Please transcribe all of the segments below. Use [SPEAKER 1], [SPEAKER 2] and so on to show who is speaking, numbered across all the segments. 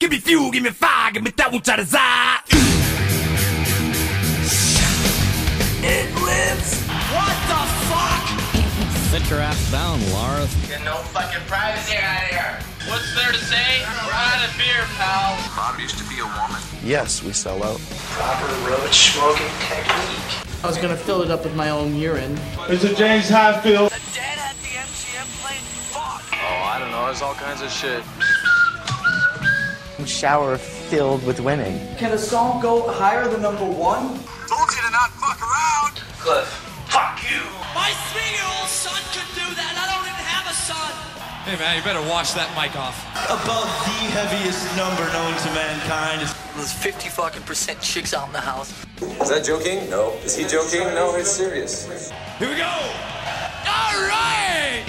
[SPEAKER 1] Give me fuel, give me fire, give me that which I desire. It lives. What the fuck?
[SPEAKER 2] Sit your ass down, Lars.
[SPEAKER 3] Get no fucking privacy out of here. What's there to say? We're out of beer, pal. Bob used to be a woman.
[SPEAKER 4] Yes, we sell out.
[SPEAKER 3] Proper roach smoking technique.
[SPEAKER 5] I was gonna fill it up with my own urine.
[SPEAKER 6] It's a James Hatfield.
[SPEAKER 1] Dead at the MCM plane. Fuck.
[SPEAKER 3] Oh, I don't know. There's all kinds of shit.
[SPEAKER 4] Shower filled with women.
[SPEAKER 7] Can a song go higher than number one?
[SPEAKER 3] Told you to not fuck around. Cliff. Fuck you.
[SPEAKER 1] My three-year-old son could do that. I don't even have a son.
[SPEAKER 8] Hey man, you better wash that mic off.
[SPEAKER 9] About the heaviest number known to mankind is
[SPEAKER 7] There's 50 fucking percent chicks out in the house.
[SPEAKER 10] Is that joking? No. Is he joking? No, he's serious.
[SPEAKER 1] Here we go. All right.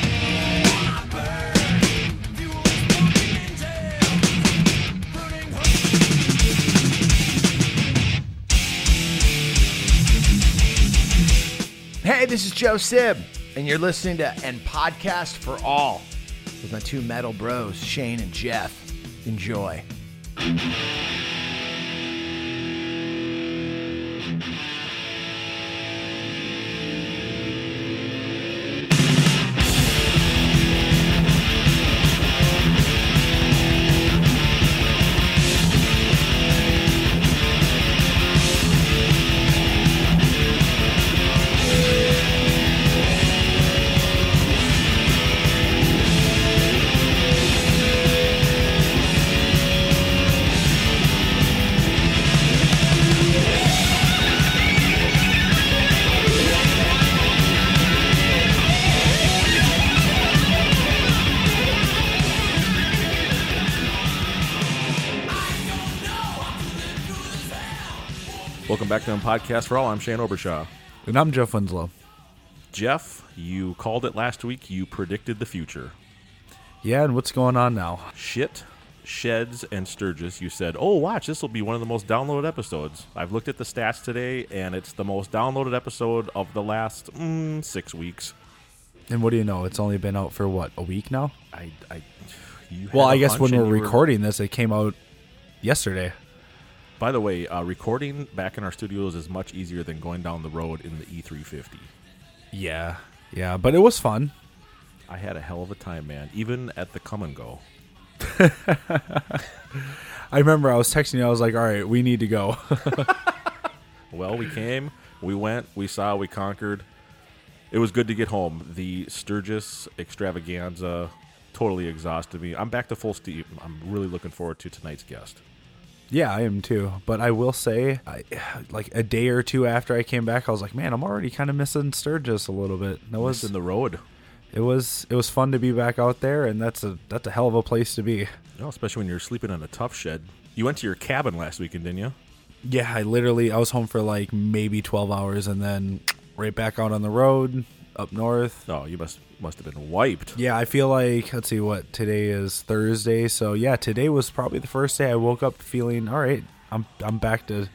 [SPEAKER 11] Hey, this is Joe Sib, and you're listening to And Podcast for All with my two metal bros, Shane and Jeff. Enjoy.
[SPEAKER 12] Welcome back to the Podcast for All. I'm Shane Obershaw.
[SPEAKER 8] And I'm Jeff Winslow.
[SPEAKER 12] Jeff, you called it last week. You predicted the future.
[SPEAKER 8] Yeah, and what's going on now?
[SPEAKER 12] Shit, Sheds, and Sturgis, you said, oh, watch, this will be one of the most downloaded episodes. I've looked at the stats today, and it's the most downloaded episode of the last mm, six weeks.
[SPEAKER 8] And what do you know? It's only been out for what a week now.
[SPEAKER 12] I, I, you
[SPEAKER 8] Well,
[SPEAKER 12] had
[SPEAKER 8] I
[SPEAKER 12] a
[SPEAKER 8] guess
[SPEAKER 12] hunch
[SPEAKER 8] when
[SPEAKER 12] and
[SPEAKER 8] we're
[SPEAKER 12] you were-
[SPEAKER 8] recording this, it came out yesterday.
[SPEAKER 12] By the way, uh, recording back in our studios is much easier than going down the road in the E E350.
[SPEAKER 8] Yeah, yeah, but it was fun.
[SPEAKER 12] I had a hell of a time, man, even at the come and go.
[SPEAKER 8] I remember I was texting you. I was like, "All right, we need to go."
[SPEAKER 12] Well, we came, we went, we saw, we conquered. It was good to get home. The Sturgis extravaganza totally exhausted me. I'm back to full steam. I'm really looking forward to tonight's guest.
[SPEAKER 8] yeah, I am too. But I will say, I, like a day or two after I came back, I was like, "Man, I'm already kind of missing Sturgis a little bit." That was
[SPEAKER 12] It's in the road,
[SPEAKER 8] it was it was fun to be back out there, and that's a that's a hell of a place to be.
[SPEAKER 12] you know, Oh, especially when you're sleeping in a tough shed. You went to your cabin last weekend, didn't you?
[SPEAKER 8] Yeah, I literally I was home for like maybe 12 hours and then right back out on the road up north.
[SPEAKER 12] No, Oh, you must must have been wiped.
[SPEAKER 8] Yeah, I feel like let's see what today is Thursday. So yeah, today was probably the first day I woke up feeling all right. I'm I'm back to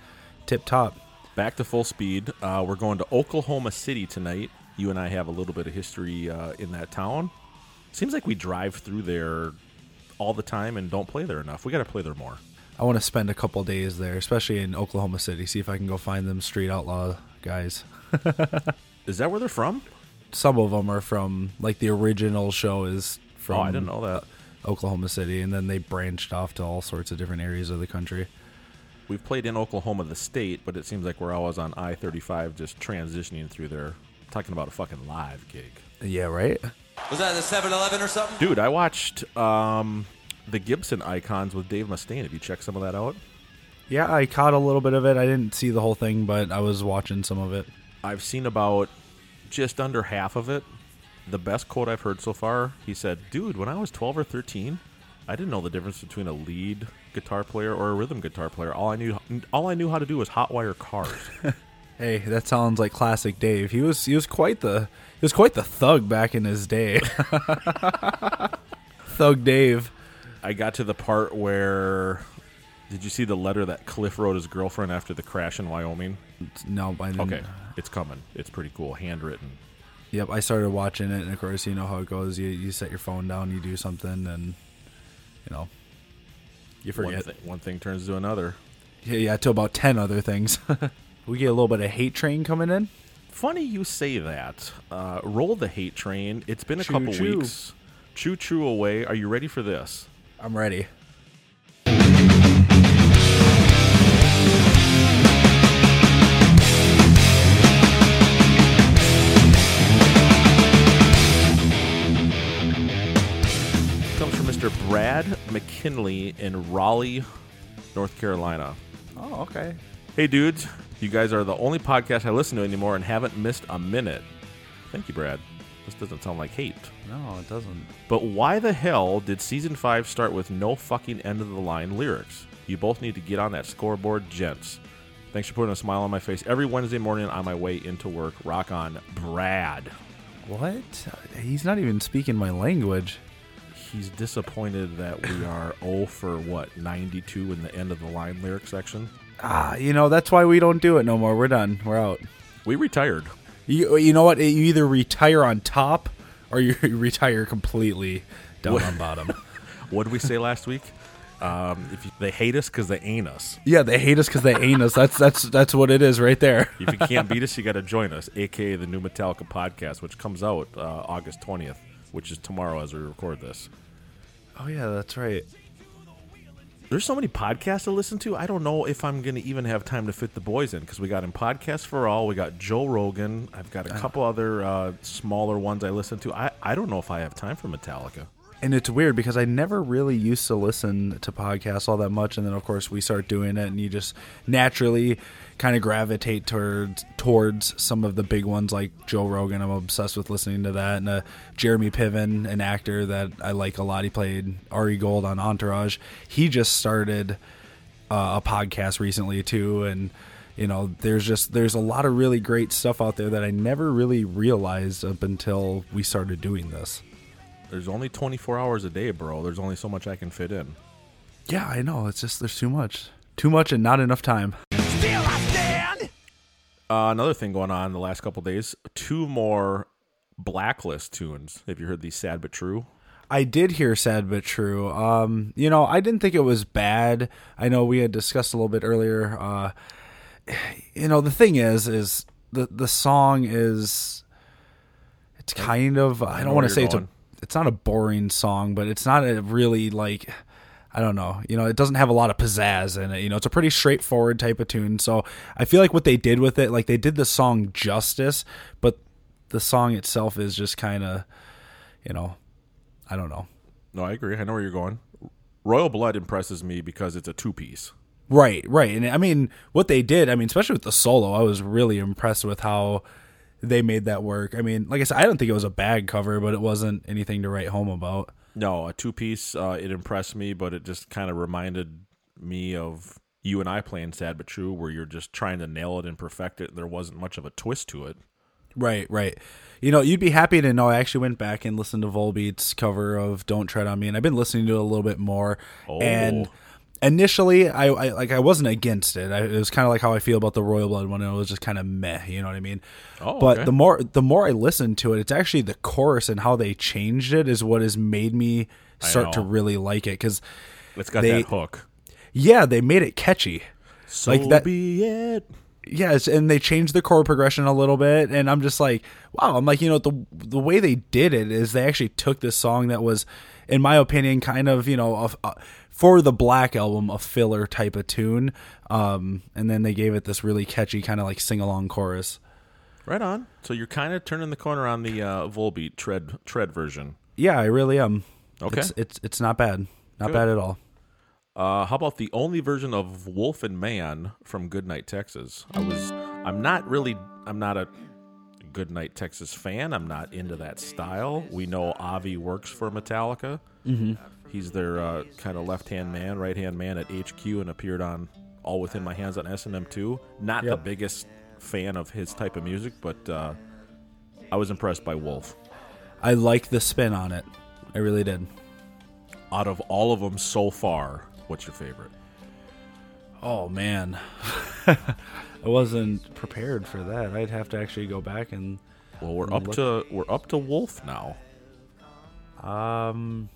[SPEAKER 8] tip top.
[SPEAKER 12] Back to full speed. Uh, we're going to Oklahoma City tonight. You and I have a little bit of history uh, in that town. Seems like we drive through there all the time and don't play there enough. We got to play there more.
[SPEAKER 8] I want to spend a couple days there, especially in Oklahoma City. See if I can go find them street outlaw guys.
[SPEAKER 12] Is that where they're from?
[SPEAKER 8] Some of them are from like the original show is from
[SPEAKER 12] oh, I didn't know that.
[SPEAKER 8] Oklahoma City and then they branched off to all sorts of different areas of the country.
[SPEAKER 12] We've played in Oklahoma, the state, but it seems like we're always on I 35 just transitioning through there. Talking about a fucking live gig.
[SPEAKER 8] Yeah, right?
[SPEAKER 9] was that the 7-Eleven or something?
[SPEAKER 12] Dude, I watched um, the Gibson icons with Dave Mustaine. Have you checked some of that out?
[SPEAKER 8] Yeah, I caught a little bit of it. I didn't see the whole thing, but I was watching some of it.
[SPEAKER 12] I've seen about just under half of it. The best quote I've heard so far, he said, Dude, when I was 12 or 13, I didn't know the difference between a lead guitar player or a rhythm guitar player. All I knew, all I knew how to do was hotwire cars.
[SPEAKER 8] Hey, that sounds like classic Dave. He was he was quite the he was quite the thug back in his day. thug Dave.
[SPEAKER 12] I got to the part where did you see the letter that Cliff wrote his girlfriend after the crash in Wyoming?
[SPEAKER 8] No, I didn't.
[SPEAKER 12] Okay, it's coming. It's pretty cool, handwritten.
[SPEAKER 8] Yep, I started watching it, and of course, you know how it goes. You you set your phone down, you do something, and you know You forget.
[SPEAKER 12] One, thi- one thing turns to another.
[SPEAKER 8] Yeah, yeah, to about 10 other things. we get a little bit of hate train coming in.
[SPEAKER 12] Funny you say that. Uh, roll the hate train. It's been a
[SPEAKER 8] Choo
[SPEAKER 12] couple
[SPEAKER 8] choo.
[SPEAKER 12] weeks. Choo choo away. Are you ready for this?
[SPEAKER 8] I'm ready.
[SPEAKER 12] comes from Mr. Brad McKinley in Raleigh, North Carolina.
[SPEAKER 8] Oh, okay.
[SPEAKER 12] Hey, dudes, you guys are the only podcast I listen to anymore and haven't missed a minute. Thank you, Brad. This doesn't sound like hate.
[SPEAKER 8] No, it doesn't.
[SPEAKER 12] But why the hell did season 5 start with no fucking end of the line lyrics? You both need to get on that scoreboard, gents. Thanks for putting a smile on my face every Wednesday morning on my way into work. Rock on, Brad.
[SPEAKER 8] What? He's not even speaking my language.
[SPEAKER 12] He's disappointed that we are 0 for what, 92 in the end of the line lyric section?
[SPEAKER 8] Ah, you know, that's why we don't do it no more. We're done. We're out.
[SPEAKER 12] We retired.
[SPEAKER 8] You, you know what? You either retire on top or you retire completely down on bottom.
[SPEAKER 12] What did we say last week? Um, if you, they hate us because they ain't us.
[SPEAKER 8] Yeah, they hate us because they ain't us. That's that's that's what it is right there.
[SPEAKER 12] If you can't beat us, you got to join us, aka the New Metallica podcast, which comes out uh, August twentieth, which is tomorrow as we record this.
[SPEAKER 8] Oh yeah, that's right.
[SPEAKER 12] There's so many podcasts to listen to. I don't know if I'm going to even have time to fit the boys in because we got in podcast for all. We got Joe Rogan. I've got a couple other uh, smaller ones I listen to. I, I don't know if I have time for Metallica.
[SPEAKER 8] And it's weird because I never really used to listen to podcasts all that much, and then of course we start doing it, and you just naturally kind of gravitate towards towards some of the big ones like Joe Rogan. I'm obsessed with listening to that, and uh, Jeremy Piven, an actor that I like a lot. He played Ari Gold on Entourage. He just started uh, a podcast recently too, and you know there's just there's a lot of really great stuff out there that I never really realized up until we started doing this.
[SPEAKER 12] There's only 24 hours a day, bro. There's only so much I can fit in.
[SPEAKER 8] Yeah, I know. It's just there's too much. Too much and not enough time.
[SPEAKER 12] Uh, another thing going on the last couple days, two more blacklist tunes. Have you heard these sad but true?
[SPEAKER 8] I did hear sad but true. Um, you know, I didn't think it was bad. I know we had discussed a little bit earlier. Uh, you know, the thing is, is the the song is it's kind of I,
[SPEAKER 12] know
[SPEAKER 8] don't want
[SPEAKER 12] where
[SPEAKER 8] to say
[SPEAKER 12] you're
[SPEAKER 8] it's a,
[SPEAKER 12] going.
[SPEAKER 8] it's not a boring song, but it's not a really like I don't know. You know, it doesn't have a lot of pizzazz in it. You know, it's a pretty straightforward type of tune. So I feel like what they did with it, like they did the song justice, but the song itself is just kind of, you know, I don't know.
[SPEAKER 12] No, I agree. I know where you're going. Royal Blood impresses me because it's a two piece.
[SPEAKER 8] Right, right. And I mean, what they did, I mean, especially with the solo, I was really impressed with how they made that work. I mean, like I said, I don't think it was a bad cover, but it wasn't anything to write home about.
[SPEAKER 12] No, a two piece. Uh, it impressed me, but it just kind of reminded me of you and I playing Sad but True, where you're just trying to nail it and perfect it. There wasn't much of a twist to it.
[SPEAKER 8] Right, right. You know, you'd be happy to know I actually went back and listened to Volbeat's cover of "Don't Tread on Me," and I've been listening to it a little bit more.
[SPEAKER 12] Oh.
[SPEAKER 8] And initially, I, I like I wasn't against it. I, it was kind of like how I feel about the Royal Blood one. It was just kind of meh. You know what I mean?
[SPEAKER 12] Oh,
[SPEAKER 8] but
[SPEAKER 12] okay.
[SPEAKER 8] the more the more I listened to it, it's actually the chorus and how they changed it is what has made me start to
[SPEAKER 12] know.
[SPEAKER 8] really like it because
[SPEAKER 12] It's got
[SPEAKER 8] They-
[SPEAKER 12] that hook.
[SPEAKER 8] yeah, they made it catchy.
[SPEAKER 12] So
[SPEAKER 8] like that-
[SPEAKER 12] be it.
[SPEAKER 8] Yes, and they changed the chord progression a little bit, and I'm just like, wow. I'm like, you know, the the way they did it is they actually took this song that was, in my opinion, kind of you know, a, a- for the Black album, a filler type of tune, um, and then they gave it this really catchy kind of like sing along chorus.
[SPEAKER 12] Right on. So you're kind of turning the corner on the uh, Volbeat tread tread version.
[SPEAKER 8] Yeah, I really am.
[SPEAKER 12] Okay.
[SPEAKER 8] it's it's, it's not bad, not
[SPEAKER 12] Good.
[SPEAKER 8] bad at all.
[SPEAKER 12] Uh, how about the only version of Wolf and Man from Goodnight Texas? I was, I'm not really, I'm not a Goodnight Texas fan. I'm not into that style. We know Avi works for Metallica. He's their uh, kind of left hand man, right hand man at HQ, and appeared on All Within My Hands on SNM2. Not the
[SPEAKER 8] Yep.
[SPEAKER 12] biggest fan of his type of music, but uh, I was impressed by Wolf.
[SPEAKER 8] I like the spin on it. I really did.
[SPEAKER 12] Out of all of them so far, what's your favorite?
[SPEAKER 8] Oh man, I wasn't prepared for that. I'd have to actually go back and.
[SPEAKER 12] Well, we're up to we're up to Wolf now.
[SPEAKER 8] Um,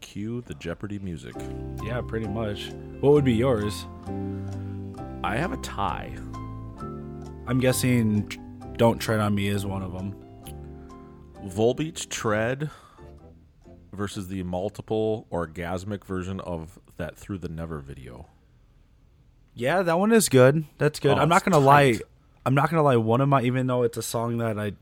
[SPEAKER 12] cue the Jeopardy music.
[SPEAKER 8] Yeah, pretty much. What would be yours?
[SPEAKER 12] I have a tie.
[SPEAKER 8] I'm guessing Don't Tread on Me is one of them.
[SPEAKER 12] Volbeach Tread versus the multiple orgasmic version of that Through the Never video.
[SPEAKER 8] Yeah, that one is good. That's good.
[SPEAKER 12] Oh,
[SPEAKER 8] I'm not
[SPEAKER 12] it's
[SPEAKER 8] gonna lie.
[SPEAKER 12] tight.
[SPEAKER 8] I'm not gonna lie. One of my, even though it's a song that I,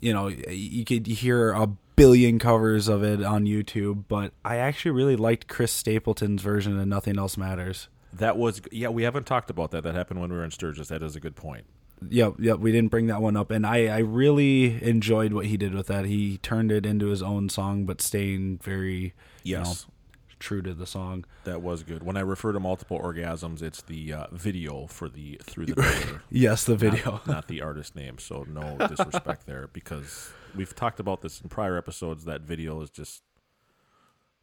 [SPEAKER 8] you know, y- you could hear a billion covers of it on YouTube, but I actually really liked Chris Stapleton's version of "Nothing Else Matters."
[SPEAKER 12] That was yeah. We haven't talked about that. That happened when we were in Sturgis. That is a good point.
[SPEAKER 8] Yep, yep. We didn't bring that one up, and I, I really enjoyed what he did with that. He turned it into his own song, but staying very, you know,
[SPEAKER 12] Yes.
[SPEAKER 8] true to the song.
[SPEAKER 12] That was good. When I refer to multiple orgasms, it's the uh, video for the through the Never,
[SPEAKER 8] Yes, the video.
[SPEAKER 12] not, not the artist name. So no disrespect there, because we've talked about this in prior episodes. That video is just,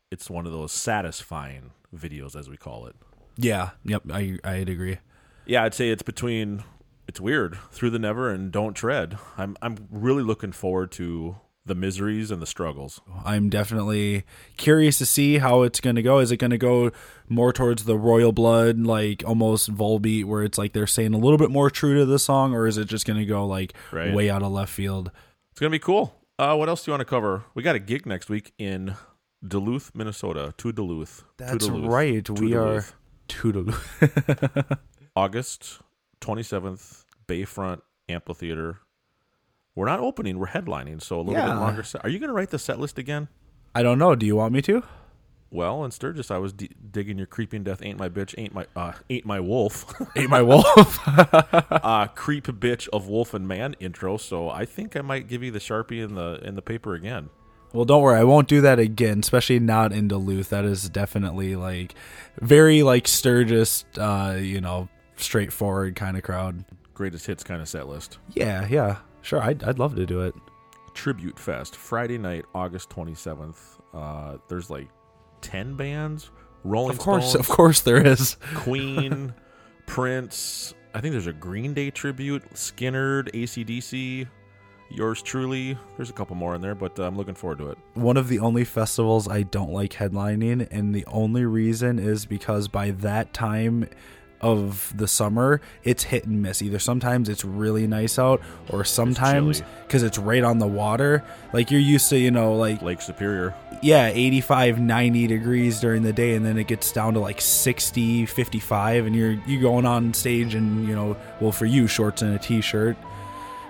[SPEAKER 12] it's one of those satisfying videos, as we call it.
[SPEAKER 8] Yeah. Yep. I I'd agree.
[SPEAKER 12] Yeah, I'd say it's between it's weird through the never and don't tread. I'm I'm really looking forward to the miseries and the struggles.
[SPEAKER 8] I'm definitely curious to see how it's going to go. Is it going to go more towards the royal blood, like almost Volbeat, where it's like they're saying a little bit more true to the song, or is it just going to go like
[SPEAKER 12] Right.
[SPEAKER 8] way out of left field?
[SPEAKER 12] It's gonna be cool. Uh, what else do you want to cover? We got a gig next week in Duluth, Minnesota. To Duluth. To
[SPEAKER 8] That's
[SPEAKER 12] Duluth.
[SPEAKER 8] right.
[SPEAKER 12] To
[SPEAKER 8] we
[SPEAKER 12] Duluth.
[SPEAKER 8] are toodaloo.
[SPEAKER 12] August twenty seventh, Bayfront Amphitheater. We're not opening. We're headlining, so a little
[SPEAKER 8] Yeah.
[SPEAKER 12] bit longer. Set. Are you gonna write the set list again?
[SPEAKER 8] I don't know. Do you want me to?
[SPEAKER 12] Well, in Sturgis, I was d- digging your creeping death. Ain't my bitch. Ain't my uh, ain't my wolf.
[SPEAKER 8] Ate my wolf.
[SPEAKER 12] uh, creep bitch of wolf and man intro. So I think I might give you the sharpie and the and the paper again.
[SPEAKER 8] well, don't worry. I won't do that again, especially not in Duluth. That is definitely like very like Sturgis, uh, you know, straightforward kind of crowd.
[SPEAKER 12] Greatest hits kind of set list.
[SPEAKER 8] Yeah. Yeah. Sure. I'd, I'd love to do it.
[SPEAKER 12] Tribute Fest Friday night, August twenty seventh. Uh, there's like ten bands. Rolling
[SPEAKER 8] Of course.
[SPEAKER 12] Stones,
[SPEAKER 8] Of course there is.
[SPEAKER 12] Queen, Prince. I think there's a Green Day tribute. Skinnerd, ACDC. Yours truly. There's a couple more in there, but uh, I'm looking forward to it.
[SPEAKER 8] one of the only festivals I don't like headlining, and the only reason is because by that time of the summer, it's hit and miss. Either sometimes it's really nice out, or sometimes
[SPEAKER 12] chilly.
[SPEAKER 8] because it's right on the water. Like you're used to, you know, like
[SPEAKER 12] Lake Superior.
[SPEAKER 8] yeah, 85, 90 degrees during the day, and then it gets down to like 60, 55, and you're you going on stage and you know, well for you, shorts and a t-shirt.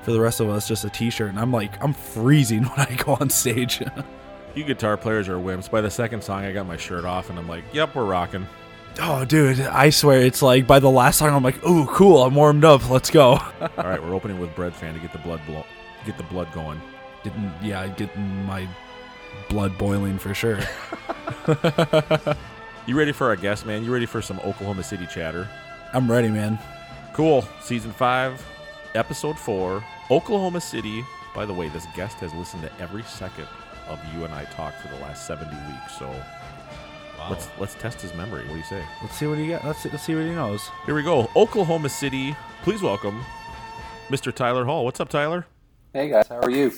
[SPEAKER 8] For the rest of us, just a t-shirt, and I'm like, I'm freezing when I go on stage.
[SPEAKER 12] You guitar players are wimps. By the second song, I got my shirt off, and I'm like, "Yep, we're rocking."
[SPEAKER 8] Oh, dude, I swear it's like by the last song, I'm like, ooh, cool, I'm warmed up, let's go.
[SPEAKER 12] All right, we're opening with Bread Fan to get the blood blow, get the blood going.
[SPEAKER 8] Getting, yeah, getting my blood boiling for sure.
[SPEAKER 12] You ready for our guest, man? You ready for some Oklahoma City chatter?
[SPEAKER 8] I'm ready, man.
[SPEAKER 12] Cool. Season five, episode four, Oklahoma City. By the way, this guest has listened to every second of you and I talk for the last seventy weeks. So let's let's test his memory. What do you say?
[SPEAKER 8] Let's see what he got. Let's see, let's see what he knows.
[SPEAKER 12] Here we go. Oklahoma City. Please welcome Mr. Tyler Hall. What's up, Tyler?
[SPEAKER 13] Hey guys, how are you?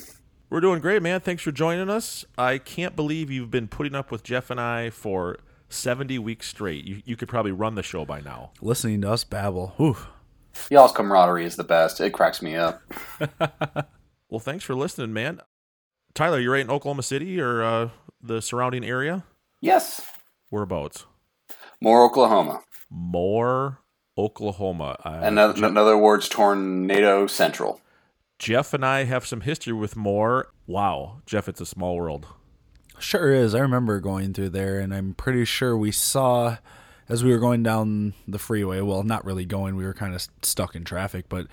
[SPEAKER 12] We're doing great, man. Thanks for joining us. I can't believe you've been putting up with Jeff and I for 70 weeks straight. You, you could probably run the show by now.
[SPEAKER 8] Listening to us babble. Whew.
[SPEAKER 13] Y'all's camaraderie is the best. It cracks me up.
[SPEAKER 12] Well, thanks for listening, man. Tyler, you're right in Oklahoma City or uh, the surrounding area?
[SPEAKER 13] Yes.
[SPEAKER 12] Whereabouts?
[SPEAKER 13] More Oklahoma.
[SPEAKER 12] Moore, Oklahoma. Uh,
[SPEAKER 13] Another, in other words, tornado central.
[SPEAKER 12] Jeff and I have some history with Moore. Wow, Jeff, it's a small world.
[SPEAKER 8] Sure is. I remember going through there, and I'm pretty sure we saw as we were going down the freeway. Well, not really going, we were kind of stuck in traffic, but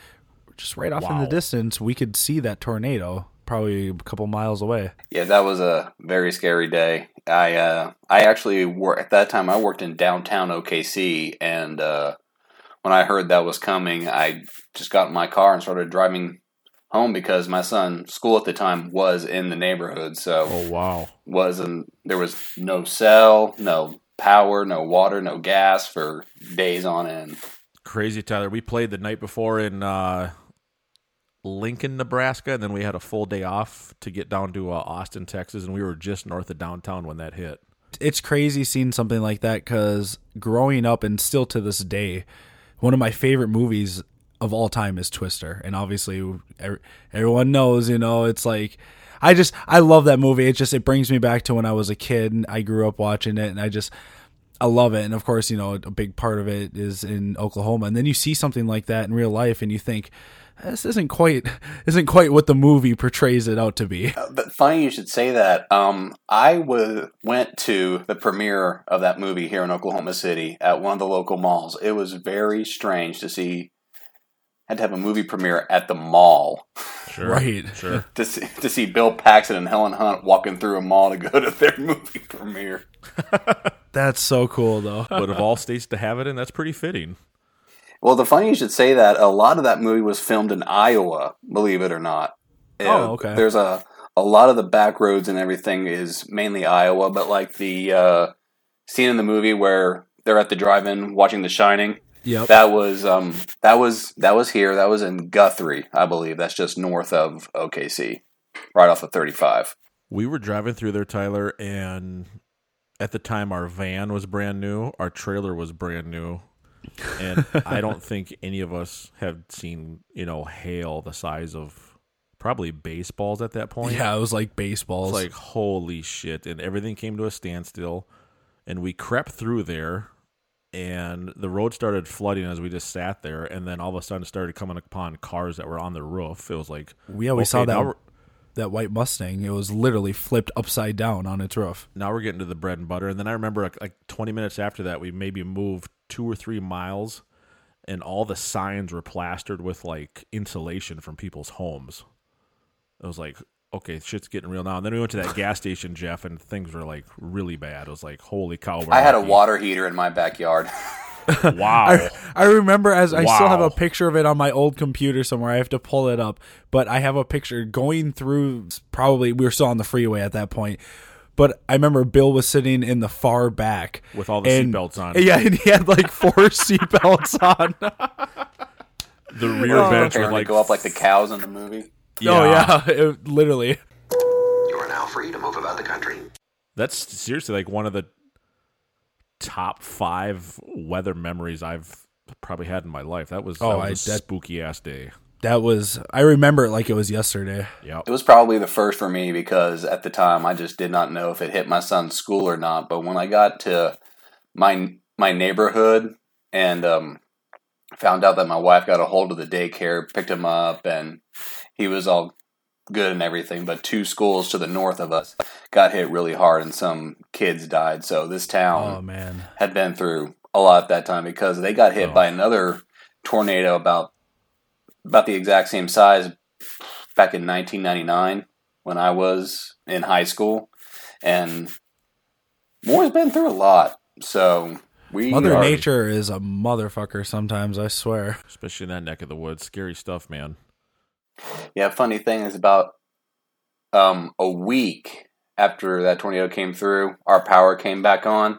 [SPEAKER 8] just right off in
[SPEAKER 12] Wow.
[SPEAKER 8] the distance, we could see that tornado probably a couple miles away.
[SPEAKER 13] Yeah, that was a very scary day. I uh, I actually wor at that time. I worked in downtown OKC, and uh, when I heard that was coming, I just got in my car and started driving home because my son, school at the time, was in the neighborhood. So
[SPEAKER 12] Oh, wow.
[SPEAKER 13] wasn't there was no cell, no power, no water, no gas for days on end.
[SPEAKER 12] Crazy, Tyler. We played the night before in uh, Lincoln, Nebraska, and then we had a full day off to get down to uh, Austin, Texas, and we were just north of downtown when that hit.
[SPEAKER 8] it's crazy seeing something like that because growing up and still to this day, one of my favorite movies of all time is Twister, and obviously every, everyone knows. You know, it's like I just I love that movie. It just it brings me back to when I was a kid and I grew up watching it, and I just I love it. And of course, you know, a big part of it is in Oklahoma, and then you see something like that in real life, and you think this isn't quite isn't quite what the movie portrays it out to be.
[SPEAKER 13] But funny you should say that. Um, I was went to the premiere of that movie here in Oklahoma City at one of the local malls. It was very strange to see. Had to have a movie premiere at the mall,
[SPEAKER 12] sure,
[SPEAKER 8] right?
[SPEAKER 12] Sure.
[SPEAKER 13] to see, to see Bill Paxton and Helen Hunt walking through a mall to go to their movie premiere.
[SPEAKER 8] That's so cool, though.
[SPEAKER 12] but of all states to have it in, that's pretty fitting.
[SPEAKER 13] Well, the funny you should say that a lot of that movie was filmed in Iowa, believe it or not.
[SPEAKER 8] Oh, okay.
[SPEAKER 13] There's a a lot of the back roads and everything is mainly Iowa, but like the uh, scene in the movie where they're at the drive-in watching The Shining.
[SPEAKER 8] Yep.
[SPEAKER 13] That was um that was that was here. That was in Guthrie, I believe. That's just north of OKC, right off of 35.
[SPEAKER 12] We were driving through there, Tyler, and at the time our van was brand new, our trailer was brand new, and I don't think any of us have seen you know hail the size of probably baseballs at that point.
[SPEAKER 8] Yeah, it was like
[SPEAKER 12] It's
[SPEAKER 8] baseballs.
[SPEAKER 12] like holy shit, and everything came to a standstill, and we crept through there, and the road started flooding as we just sat there, and then all of a sudden started coming upon cars that were on the roof. It was like
[SPEAKER 8] yeah, we saw
[SPEAKER 12] okay, now
[SPEAKER 8] that
[SPEAKER 12] we're-
[SPEAKER 8] that white Mustang. It was literally flipped upside down on its roof.
[SPEAKER 12] now we're getting to the bread and butter. And then I remember like, like 20 minutes after that, we maybe moved two or three miles, and all the signs were plastered with like insulation from people's homes. It was like, okay, shit's getting real now. And then we went to that gas station, Jeff, and things were like really bad. It was like, holy cow. we're
[SPEAKER 13] I had a
[SPEAKER 8] Oh,
[SPEAKER 12] lucky.
[SPEAKER 13] water heater in my backyard.
[SPEAKER 12] Wow.
[SPEAKER 8] I, I remember as I still have
[SPEAKER 12] Wow.
[SPEAKER 8] a picture of it on my old computer somewhere. I have to pull it up, but I have a picture going through. Probably we were still on the freeway at that point, but I remember Bill was sitting in the far back
[SPEAKER 12] With all the
[SPEAKER 8] and-
[SPEAKER 12] seatbelts on.
[SPEAKER 8] Yeah, and he had like four seatbelts on. Oh,
[SPEAKER 12] the rear bench
[SPEAKER 13] Trying
[SPEAKER 12] was
[SPEAKER 13] to
[SPEAKER 12] like,
[SPEAKER 13] Oh, go up like the cows in the movie.
[SPEAKER 8] Oh yeah, it- literally.
[SPEAKER 14] You are now free to move about the country.
[SPEAKER 12] That's seriously like one of the top five weather memories I've probably had in my life. That was,
[SPEAKER 8] Oh,
[SPEAKER 12] that was
[SPEAKER 8] I-
[SPEAKER 12] a
[SPEAKER 8] that-
[SPEAKER 12] spooky ass day.
[SPEAKER 8] That was. I remember it like it was yesterday.
[SPEAKER 12] Yep.
[SPEAKER 13] It was probably the first for me because at the time I just did not know if it hit my son's school or not. But when I got to my my neighborhood and um, found out that my wife got a hold of the daycare, picked him up, and he was all good and everything. But two schools to the north of us got hit really hard, and some kids died. So this town
[SPEAKER 8] Oh man.
[SPEAKER 13] had been through a lot at that time because they got
[SPEAKER 8] Oh.
[SPEAKER 13] hit by another tornado about about the exact same size back in 1999 when I was in high school, and Moore's been through a lot. So we
[SPEAKER 8] Mother
[SPEAKER 13] are-
[SPEAKER 8] Nature is a motherfucker sometimes, I swear.
[SPEAKER 12] Especially in that neck of the woods. Scary stuff, man.
[SPEAKER 13] Yeah, funny thing is about um, a week after that tornado came through, our power came back on.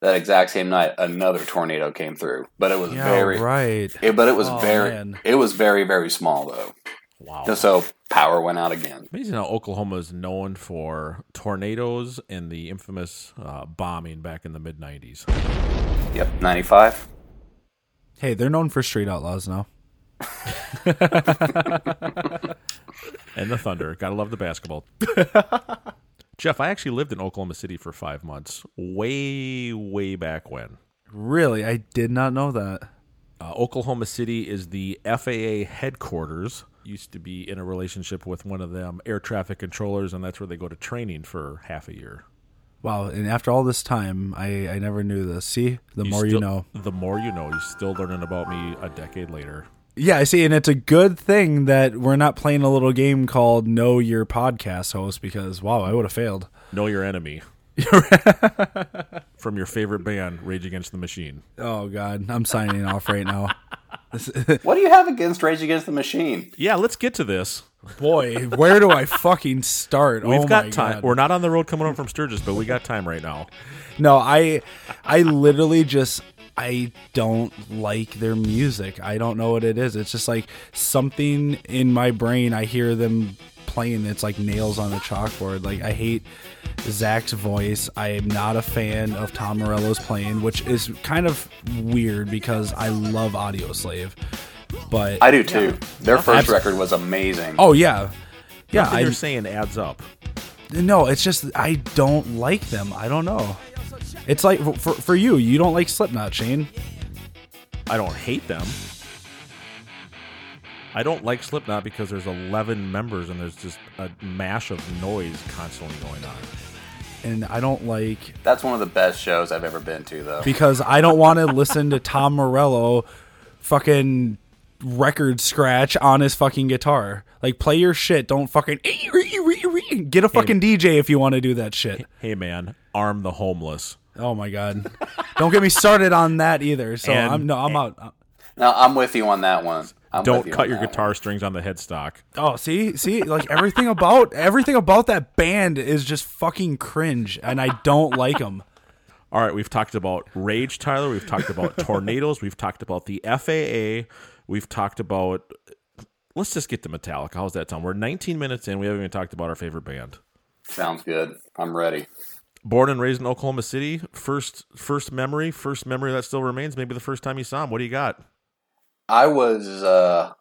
[SPEAKER 13] That exact same night, another tornado came through, but it was
[SPEAKER 8] Yeah,
[SPEAKER 13] very
[SPEAKER 8] right.
[SPEAKER 13] It, but it was
[SPEAKER 8] Oh,
[SPEAKER 13] very,
[SPEAKER 8] man.
[SPEAKER 13] it was very, very small though.
[SPEAKER 12] Wow.
[SPEAKER 13] So power went out again.
[SPEAKER 12] Amazing how Oklahoma is known for tornadoes and the infamous uh, bombing back in the mid 90s.
[SPEAKER 13] Yep, ninety-five.
[SPEAKER 8] Hey, they're known for street outlaws now.
[SPEAKER 12] And the Thunder. Gotta love the basketball. Jeff, I actually lived in Oklahoma City for five months, way, way back when.
[SPEAKER 8] Really, I did not know that.
[SPEAKER 12] Uh, Oklahoma City is the FAA headquarters. Used to be in a relationship with one of them air traffic controllers, and that's where they go to training for half a year.
[SPEAKER 8] Wow, and after all this time, I, I never knew this. See, the more you
[SPEAKER 12] still-
[SPEAKER 8] know.
[SPEAKER 12] The more you know. You're still learning about me a decade later.
[SPEAKER 8] Yeah, I see, and it's a good thing that we're not playing a little game called Know Your Podcast Host because, wow, I would have failed.
[SPEAKER 12] Know your enemy. From your favorite band, Rage Against the Machine.
[SPEAKER 8] Oh, God, I'm signing off right now.
[SPEAKER 13] What do you have against Rage Against the Machine?
[SPEAKER 12] Yeah, let's get to this.
[SPEAKER 8] Boy, where do I fucking start?
[SPEAKER 12] We've
[SPEAKER 8] oh my
[SPEAKER 12] got time.
[SPEAKER 8] God.
[SPEAKER 12] We're not on the road coming home from Sturgis, but we got time right now.
[SPEAKER 8] No, I I literally just I don't like their music. I don't know what it is. It's just like something in my brain I hear them playing. It's like nails on a chalkboard. Like I hate Zach's voice. I am not a fan of Tom Morello's playing, which is kind of weird because I love Audio Slave. But
[SPEAKER 13] I do too. Their first record was amazing.
[SPEAKER 8] Oh yeah, yeah.
[SPEAKER 12] Nothing
[SPEAKER 8] I,
[SPEAKER 12] you're saying adds up.
[SPEAKER 8] no, it's just I don't like them. I don't know. It's like for for you, you don't like Slipknot, Shane.
[SPEAKER 12] I don't hate them. I don't like Slipknot because there's 11 members and there's just a mash of noise constantly going on.
[SPEAKER 8] And I don't like
[SPEAKER 13] That's one of the best shows I've ever been to, though.
[SPEAKER 8] because I don't want to listen to Tom Morello fucking record scratch on his fucking guitar. Like play your shit, don't fucking get a fucking DJ if you want to do that shit.
[SPEAKER 12] Hey man, arm the homeless.
[SPEAKER 8] Oh my god. Don't get me started on that either. So
[SPEAKER 12] And-
[SPEAKER 8] I'm no, I'm out.
[SPEAKER 13] No, I'm with you on that one. I'm with
[SPEAKER 12] don't
[SPEAKER 13] you
[SPEAKER 12] cut
[SPEAKER 13] on
[SPEAKER 12] your
[SPEAKER 13] that
[SPEAKER 12] guitar strings on the headstock.
[SPEAKER 8] Oh, see? See? Like everything about everything about that band is just fucking cringe and I don't like them.
[SPEAKER 12] All right, we've talked about Rage Tyler, we've talked about tornadoes, we've talked about the FAA, we've talked about let's just get to Metallica. How's that sound? We're 19 minutes in, we haven't even talked about our favorite band.
[SPEAKER 13] one. Sounds good. I'm ready.
[SPEAKER 12] Born and raised in Oklahoma City, first first memory, first memory that still remains, maybe the first time you saw him. What do you got?
[SPEAKER 13] I was uh,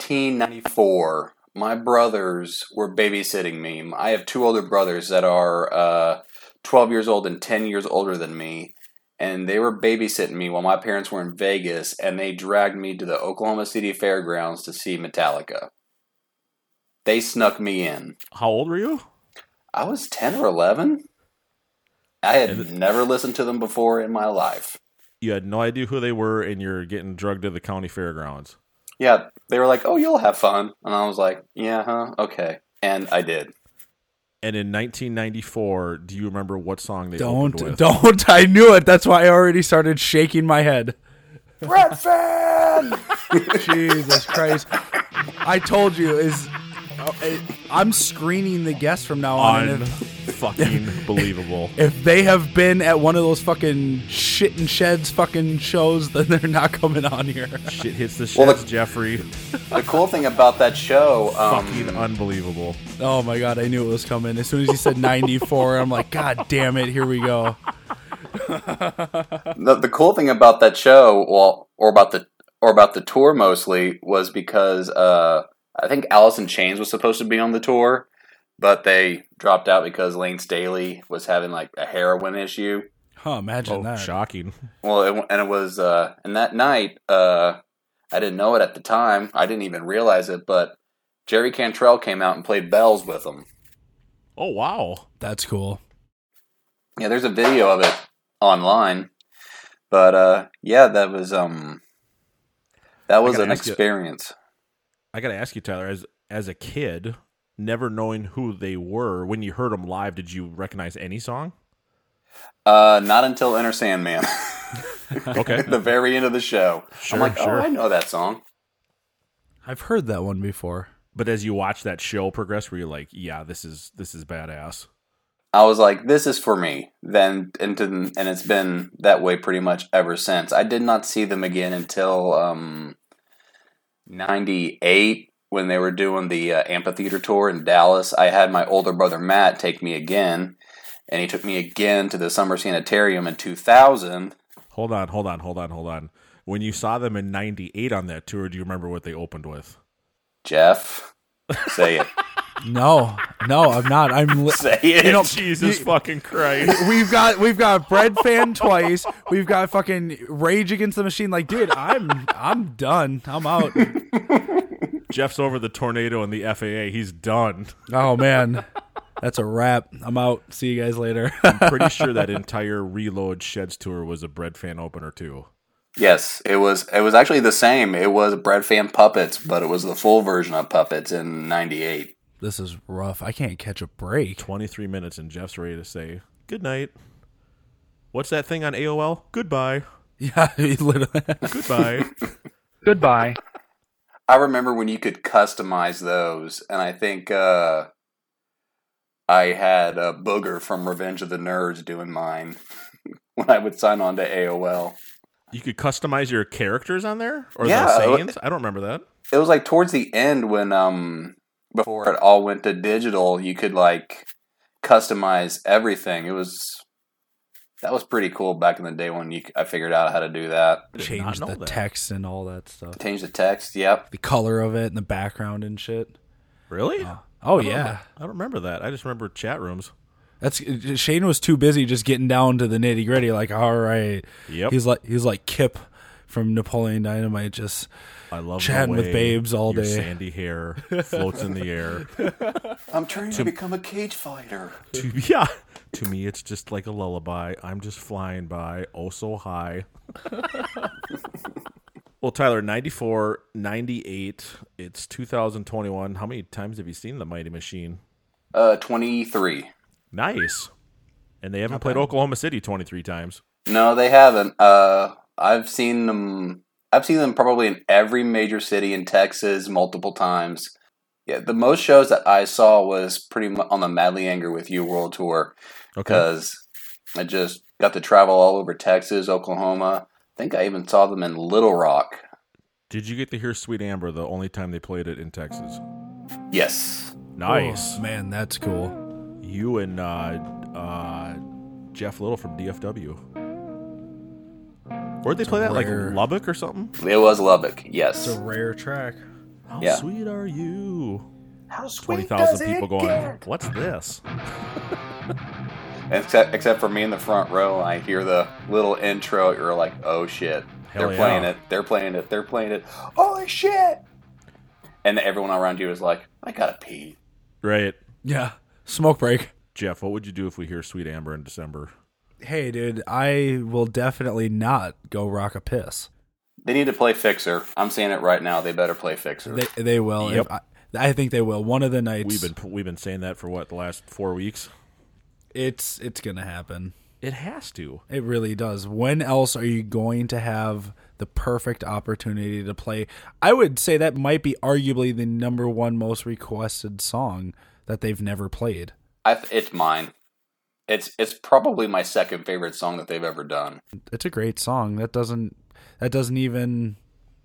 [SPEAKER 13] 1994. My brothers were babysitting me. I have two older brothers that are uh, 12 years old and 10 years older than me. And they were babysitting me while my parents were in Vegas, and they dragged me to the Oklahoma City Fairgrounds to see Metallica. They snuck me in.
[SPEAKER 12] How old were you?
[SPEAKER 13] I was 10 or 11. I had never listened to them before in my life.
[SPEAKER 12] You had no idea who they were and you're getting drugged to the county fairgrounds.
[SPEAKER 13] Yeah, they were like, "Oh, you'll have fun," and I was like, "Yeah, huh? Okay." And I did.
[SPEAKER 12] And in 1994, do you remember what song they
[SPEAKER 8] Don't
[SPEAKER 12] opened with?
[SPEAKER 8] don't I knew it. That's why I already started shaking my head.
[SPEAKER 11] Brett fan.
[SPEAKER 8] Jesus Christ. I told you is uh, I'm screening the guests from now on. and if,
[SPEAKER 12] fucking believable.
[SPEAKER 8] if they have been at one of those fucking shit and sheds fucking shows, then they're not coming on here.
[SPEAKER 12] Shit hits the
[SPEAKER 13] Well,
[SPEAKER 12] sheds,
[SPEAKER 13] the-
[SPEAKER 12] Jeffrey.
[SPEAKER 13] The cool thing about that show, um,
[SPEAKER 12] fucking unbelievable.
[SPEAKER 8] Oh my god, I knew it was coming. As soon as he said 94, I'm like, God damn it, here we go.
[SPEAKER 13] the, the cool thing about that show, well, or about the or about the tour mostly, was because uh, I think Alice in Chains was supposed to be on the tour, but they dropped out because Lane Staley was having like a heroin issue.
[SPEAKER 8] Huh, imagine
[SPEAKER 12] Oh,
[SPEAKER 8] that.
[SPEAKER 12] shocking.
[SPEAKER 13] Well, it, and it was, uh, and that night, uh, I didn't know it at the time. I didn't even realize it, but Jerry Cantrell came out and played bells with them.
[SPEAKER 12] Oh, wow.
[SPEAKER 8] That's cool.
[SPEAKER 13] Yeah, there's a video of it online. But uh yeah, that was um that was
[SPEAKER 12] gotta
[SPEAKER 13] an
[SPEAKER 12] ask you-
[SPEAKER 13] experience.
[SPEAKER 12] I got to ask you, Tyler, as as a kid, never knowing who they were, when you heard them live, did you recognize any song?
[SPEAKER 13] Uh not until Inner Sandman.
[SPEAKER 12] Okay.
[SPEAKER 13] At the very end of the show.
[SPEAKER 12] Sure,
[SPEAKER 13] I'm like,
[SPEAKER 12] sure.
[SPEAKER 13] oh I know that song.
[SPEAKER 8] I've heard that one before.
[SPEAKER 12] but as you watch that show progress, were you like, yeah, this is this is badass?
[SPEAKER 13] I was like, this is for me. Then and to, and it's been that way pretty much ever since. I did not see them again until um ninety eight when they were doing the uh, amphitheater tour in Dallas. I had my older brother Matt take me again. And he took me again to the summer sanitarium in 2000.
[SPEAKER 12] Hold on, hold on, hold on, hold on. When you saw them in '98 on that tour, do you remember what they opened with?
[SPEAKER 13] Jeff, say it.
[SPEAKER 8] No, no, I'm not. I'm li-
[SPEAKER 13] say it.
[SPEAKER 8] You know,
[SPEAKER 12] Jesus fucking Christ!
[SPEAKER 8] we've got we've got bread fan twice. We've got fucking rage against the machine. Like, dude, I'm I'm done. I'm out.
[SPEAKER 12] Jeff's over the tornado and the FAA. He's done.
[SPEAKER 8] Oh man, that's a wrap. I'm out. See you guys later.
[SPEAKER 12] Pretty sure that entire Reload Sheds tour was a bread fan opener too.
[SPEAKER 13] Yes, it was. It was actually the same. It was Bread Fan Puppets, but it was the full version of Puppets in '98.
[SPEAKER 8] this is rough. I can't catch a break.
[SPEAKER 12] Twenty-three minutes, and Jeff's ready to say good night. What's that thing on AOL? Goodbye.
[SPEAKER 8] Yeah, he literally.
[SPEAKER 12] Goodbye.
[SPEAKER 15] Goodbye.
[SPEAKER 13] I remember when you could customize those, and I think uh, I had a booger from Revenge of the Nerds doing mine when I would sign on to AOL.
[SPEAKER 12] you could customize your characters on there or
[SPEAKER 13] Yeah.
[SPEAKER 12] the sayings. I don't remember that.
[SPEAKER 13] It was like towards the end when um, before it all went to digital, you could like customize everything. It was that was pretty cool back in the day when you I figured out how to do that.
[SPEAKER 8] Change the text and all that stuff.
[SPEAKER 13] Change the text. Yep.
[SPEAKER 8] The color of it and the background and shit.
[SPEAKER 12] Really?
[SPEAKER 8] Uh, oh
[SPEAKER 12] I don't-
[SPEAKER 8] yeah.
[SPEAKER 12] I don't remember that. I just remember chat rooms.
[SPEAKER 8] That's Shane was too busy just getting down to the nitty gritty. Like, all right,
[SPEAKER 12] Yep.
[SPEAKER 8] He's like he's like Kip from Napoleon Dynamite, just
[SPEAKER 12] I love the
[SPEAKER 8] chatting with
[SPEAKER 12] way
[SPEAKER 8] babes all
[SPEAKER 12] your
[SPEAKER 8] day.
[SPEAKER 12] Sandy hair floats in the air.
[SPEAKER 13] I'm trying
[SPEAKER 12] To-
[SPEAKER 13] to become a cage fighter.
[SPEAKER 12] to yeah. To me, it's just like a lullaby. I'm just flying by, oh so high. well, Tyler, 94, 98, it's 2021. How many times have you seen The Mighty Machine?
[SPEAKER 13] Uh, 23.
[SPEAKER 12] Nice. And they haven't played Oklahoma City 23 times.
[SPEAKER 13] No, they haven't. Uh, I've seen them. I've seen them probably in every major city in Texas multiple times. Yeah, the most shows that I saw was pretty much on the Madly Anger with You World Tour
[SPEAKER 12] Okay.
[SPEAKER 13] because I just got to travel all over Texas, Oklahoma. I think I even saw them in Little Rock.
[SPEAKER 12] Did you get to hear Sweet Amber the only time they played it in Texas?
[SPEAKER 13] oh. Yes.
[SPEAKER 12] Nice.
[SPEAKER 8] Oh, man. That's cool.
[SPEAKER 12] You and uh, uh, Jeff Little from DFW. Where'd they play that? Like
[SPEAKER 8] Rare.
[SPEAKER 12] Lubbock or something?
[SPEAKER 13] It was Lubbock. Yes.
[SPEAKER 8] It's a rare track.
[SPEAKER 12] How
[SPEAKER 13] Yeah.
[SPEAKER 12] sweet are you?
[SPEAKER 11] How
[SPEAKER 12] 20,000 people going, what's this?
[SPEAKER 13] Except, except for me in the front row, I hear the little intro. You're like, oh shit.
[SPEAKER 12] Hell
[SPEAKER 13] they're
[SPEAKER 12] yeah.
[SPEAKER 13] playing it. They're playing it. They're playing it. Holy shit. And everyone around you is like, I gotta pee.
[SPEAKER 12] Right.
[SPEAKER 8] Yeah. Smoke break.
[SPEAKER 12] Jeff, what would you do if we hear Sweet Amber in December?
[SPEAKER 8] Hey, dude, I will definitely not go rock a piss.
[SPEAKER 13] They need to play Fixer. I'm saying it right now. They better play Fixer.
[SPEAKER 8] They they will.
[SPEAKER 12] Yep.
[SPEAKER 8] If I, I think they will. One of the nights.
[SPEAKER 12] We've been we've been saying that for what the last four weeks.
[SPEAKER 8] It's it's gonna happen.
[SPEAKER 12] It has to.
[SPEAKER 8] It really does. When else are you going to have the perfect opportunity to play? I would say that might be arguably the number one most requested song that they've never played.
[SPEAKER 13] I th- it's mine. It's it's probably my second favorite song that they've ever done.
[SPEAKER 8] It's a great song. That doesn't that doesn't even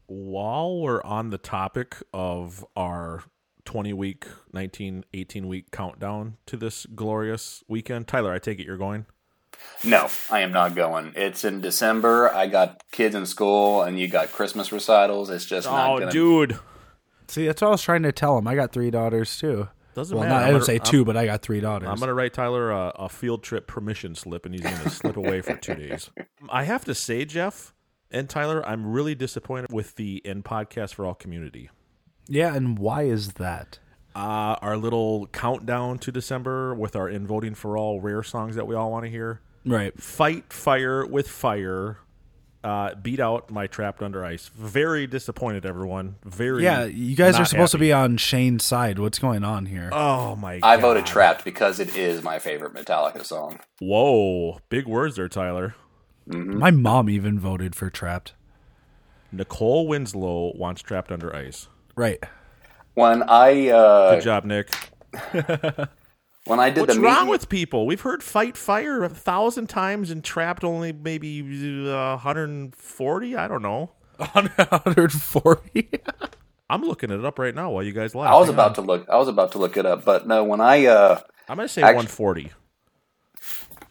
[SPEAKER 12] While we're on the topic of our 20 week, 19, 18 week countdown to this glorious weekend, Tyler, I take it you're going.
[SPEAKER 13] No, I am not going. It's in December. I got kids in school, and you got Christmas recitals. It's just not
[SPEAKER 12] Oh,
[SPEAKER 13] gonna.
[SPEAKER 12] dude.
[SPEAKER 8] see. That's what I was trying to tell him. I got three daughters too.
[SPEAKER 12] Doesn't
[SPEAKER 8] well,
[SPEAKER 12] matter.
[SPEAKER 8] not- I
[SPEAKER 12] I'm
[SPEAKER 8] didn't
[SPEAKER 12] gonna-
[SPEAKER 8] say 2 but I got three daughters.
[SPEAKER 12] I'm going to write Tyler a, a field trip permission slip, and he's going to slip away for two days. I have to say, Jeff and Tyler, I'm really disappointed with the In Podcast for All community.
[SPEAKER 8] yeah, and why is that?
[SPEAKER 12] Uh, our little countdown to December with our In Voting for All rare songs that we all want to hear.
[SPEAKER 8] Right.
[SPEAKER 12] Fight Fire with Fire uh, beat out my Trapped Under Ice. Very disappointed, everyone. Very.
[SPEAKER 8] Yeah, you guys are
[SPEAKER 12] not
[SPEAKER 8] supposed to
[SPEAKER 12] happy.
[SPEAKER 8] be on Shane's side. What's going on here?
[SPEAKER 12] Oh, my
[SPEAKER 13] I
[SPEAKER 12] God.
[SPEAKER 13] voted Trapped because it is my favorite Metallica song.
[SPEAKER 12] Whoa. Big words there, Tyler.
[SPEAKER 8] My mom even voted for Trapped.
[SPEAKER 12] Nicole Winslow wants Trapped Under Ice.
[SPEAKER 8] Right.
[SPEAKER 13] When I
[SPEAKER 12] Good
[SPEAKER 13] uh,
[SPEAKER 12] job, Nick.
[SPEAKER 13] when I did
[SPEAKER 12] What's
[SPEAKER 13] the
[SPEAKER 12] wrong
[SPEAKER 13] meeting-
[SPEAKER 12] with people? We've heard fight fire a thousand times and trapped only maybe uh, 140. I don't know.
[SPEAKER 8] 140.
[SPEAKER 12] I'm looking it up right now while you guys laugh.
[SPEAKER 13] I was
[SPEAKER 12] Hang
[SPEAKER 13] about
[SPEAKER 12] on.
[SPEAKER 13] to look. I was about to look it up, but no. When I uh,
[SPEAKER 12] I'm gonna say
[SPEAKER 13] Actu-
[SPEAKER 12] 140.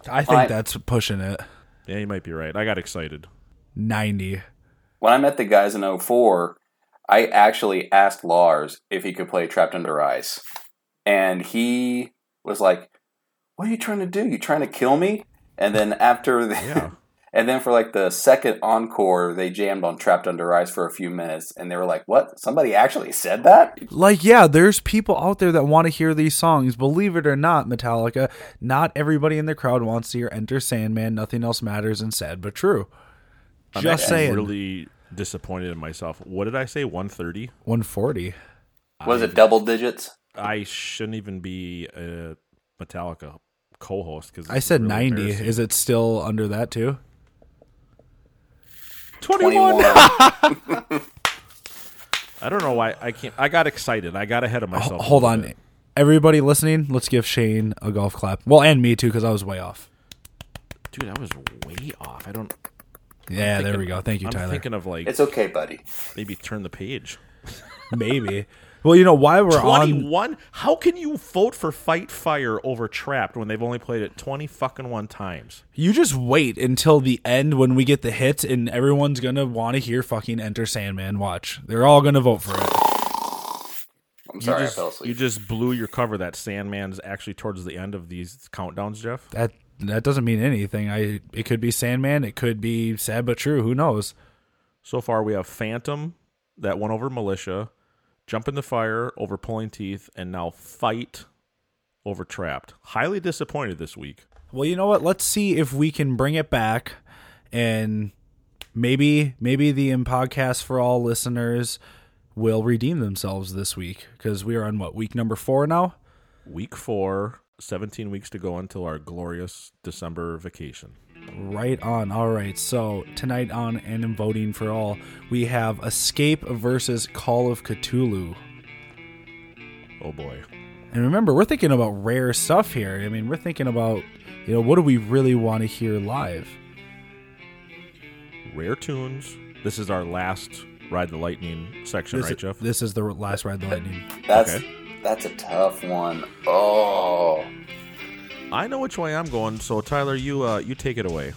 [SPEAKER 8] I think
[SPEAKER 13] I-
[SPEAKER 8] that's pushing it.
[SPEAKER 12] Yeah, you might be right. I got excited.
[SPEAKER 8] 90.
[SPEAKER 13] when I met the guys in 04, I actually asked Lars if he could play Trapped Under Ice, and he was like, "What are you trying to do? You trying to kill me?" And then after the,
[SPEAKER 12] Yeah.
[SPEAKER 13] and then for like the second encore, they jammed on Trapped Under Ice for a few minutes, and they were like, "What? Somebody actually said that?"
[SPEAKER 8] Like, yeah, there's people out there that want to hear these songs. Believe it or not, Metallica, not everybody in the crowd wants to hear Enter Sandman, Nothing Else Matters, and Sad But True.
[SPEAKER 12] I'm
[SPEAKER 8] Just
[SPEAKER 12] actually
[SPEAKER 8] saying.
[SPEAKER 12] Really disappointed in myself. What did I say? 130.
[SPEAKER 8] 140.
[SPEAKER 13] Was it double digits?
[SPEAKER 12] I shouldn't even be a Metallica co-host because
[SPEAKER 8] I said 90. Is it still under that, too?
[SPEAKER 13] 21.
[SPEAKER 12] I don't know why I can't. I got excited. I got ahead of myself. a
[SPEAKER 8] Hold
[SPEAKER 12] little
[SPEAKER 8] on.
[SPEAKER 12] bit.
[SPEAKER 8] Everybody listening, let's give Shane a golf clap. Well, and me, too, because I was way off.
[SPEAKER 12] dude. I was way off. I don't.
[SPEAKER 8] Yeah, there
[SPEAKER 12] thinking-
[SPEAKER 8] we go. Thank you,
[SPEAKER 12] I'm
[SPEAKER 8] Tyler.
[SPEAKER 12] thinking of like
[SPEAKER 13] it's okay, buddy.
[SPEAKER 12] maybe turn the page.
[SPEAKER 8] Maybe. Well, you know why we're on.
[SPEAKER 12] 21? How can you vote for Fight Fire over Trapped when they've only played it 20 fucking one times?
[SPEAKER 8] You just wait until the end when we get the hits, and everyone's gonna want to hear fucking Enter Sandman. Watch, they're all gonna vote for it.
[SPEAKER 13] I'm sorry,
[SPEAKER 12] you just,
[SPEAKER 13] I fell asleep.
[SPEAKER 12] You just blew your cover that Sandman's actually towards the end of these countdowns, Jeff.
[SPEAKER 8] That that doesn't mean anything. I it could be Sandman, it could be Sad but True. Who knows?
[SPEAKER 12] So far, we have Phantom that won over Militia, Jump in the Fire over Pulling Teeth, and now Fight over Trapped. Highly disappointed this week.
[SPEAKER 8] Well, you know what? Let's see if we can bring it back, and maybe maybe the in podcast for all listeners will redeem themselves this week because we are on what week number four now.
[SPEAKER 12] Week four, 17 weeks to go until our glorious December vacation.
[SPEAKER 8] Right on. All right. So tonight on and in voting for all, we have Escape versus Call of Cthulhu.
[SPEAKER 12] Oh boy.
[SPEAKER 8] And remember, we're thinking about rare stuff here. I mean, we're thinking about, you know, what do we really want to hear live?
[SPEAKER 12] Rare tunes. This is our last Ride the Lightning section,
[SPEAKER 8] This,
[SPEAKER 12] right, Jeff?
[SPEAKER 8] this is the last ride the lightning.
[SPEAKER 13] That's
[SPEAKER 12] Okay.
[SPEAKER 13] that's a tough one. Oh,
[SPEAKER 12] I know which way I'm going, so Tyler, you uh, you take it away.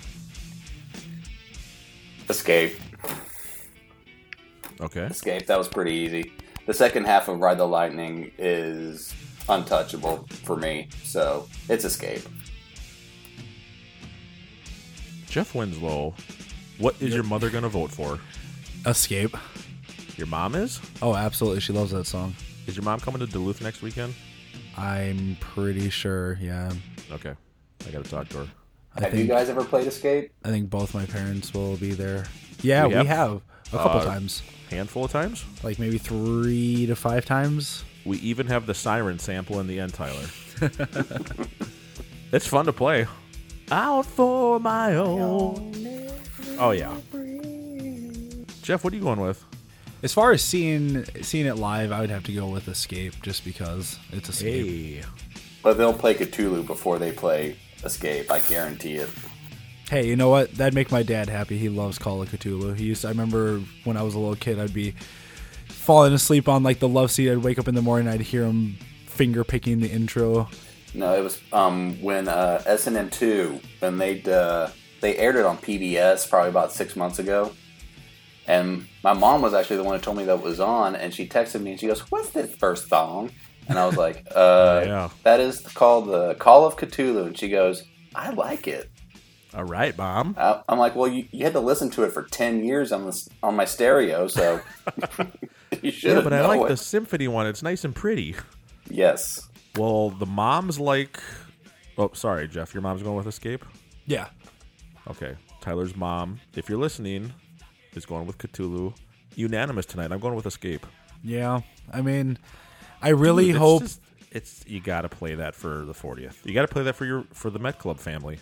[SPEAKER 13] escape,
[SPEAKER 12] Okay.
[SPEAKER 13] escape. That was pretty easy. The second half of Ride the Lightning is untouchable for me, so it's escape.
[SPEAKER 12] Jeff Winslow, what is your mother going to vote for?
[SPEAKER 8] Escape.
[SPEAKER 12] Your mom is?
[SPEAKER 8] Oh, absolutely. She loves that song.
[SPEAKER 12] Is your mom coming to Duluth next weekend?
[SPEAKER 8] I'm pretty sure. Yeah.
[SPEAKER 12] Okay. I got to talk to her.
[SPEAKER 8] I
[SPEAKER 13] Have
[SPEAKER 8] think,
[SPEAKER 13] you guys ever played Escape?
[SPEAKER 8] I think both my parents will be there. Yeah, we
[SPEAKER 12] We
[SPEAKER 8] have,
[SPEAKER 12] have?
[SPEAKER 8] a couple
[SPEAKER 12] Uh,
[SPEAKER 8] times,
[SPEAKER 12] Handful of times?
[SPEAKER 8] like maybe three to five times.
[SPEAKER 12] We even have the siren sample in the end, Tyler. it's fun to play. Out for my own. Oh, yeah. Jeff, what are you going with?
[SPEAKER 8] As far as seeing seeing it live, I would have to go with Escape just because it's Escape.
[SPEAKER 12] Hey.
[SPEAKER 13] But they'll play Cthulhu before they play Escape. I guarantee it.
[SPEAKER 8] Hey, you know what? That'd make my dad happy. He loves Call of Cthulhu. He used. I remember when I was a little kid, I'd be falling asleep on like the love seat. I'd wake up in the morning, I'd hear him finger picking the intro.
[SPEAKER 13] No, it was um, when uh, SNM two when they uh, they aired it on PBS probably about six months ago, and my mom was actually the one who told me that it was on, and she texted me and she goes, "What's this first song?" And I was like, uh,
[SPEAKER 12] Oh, Yeah.
[SPEAKER 13] "That is called the Call of Cthulhu," and she goes, "I like it."
[SPEAKER 12] All right, mom.
[SPEAKER 13] I, I'm like, "Well, you, you had to listen to it for ten years on this on my stereo, so you should."
[SPEAKER 12] Yeah, but I like
[SPEAKER 13] it.
[SPEAKER 12] the symphony one. It's nice and pretty.
[SPEAKER 13] Yes,
[SPEAKER 12] Well, the mom's like. Oh, sorry, Jeff. Your mom's going with Escape?
[SPEAKER 8] Yeah,
[SPEAKER 12] Okay. Tyler's mom, if you're listening, is going with Cthulhu. Unanimous tonight. I'm going with Escape.
[SPEAKER 8] yeah. I mean, I really
[SPEAKER 12] Dude, it's
[SPEAKER 8] hope.
[SPEAKER 12] just- it's you got to play that for the 40th. You got to play that for your for the Met Club family.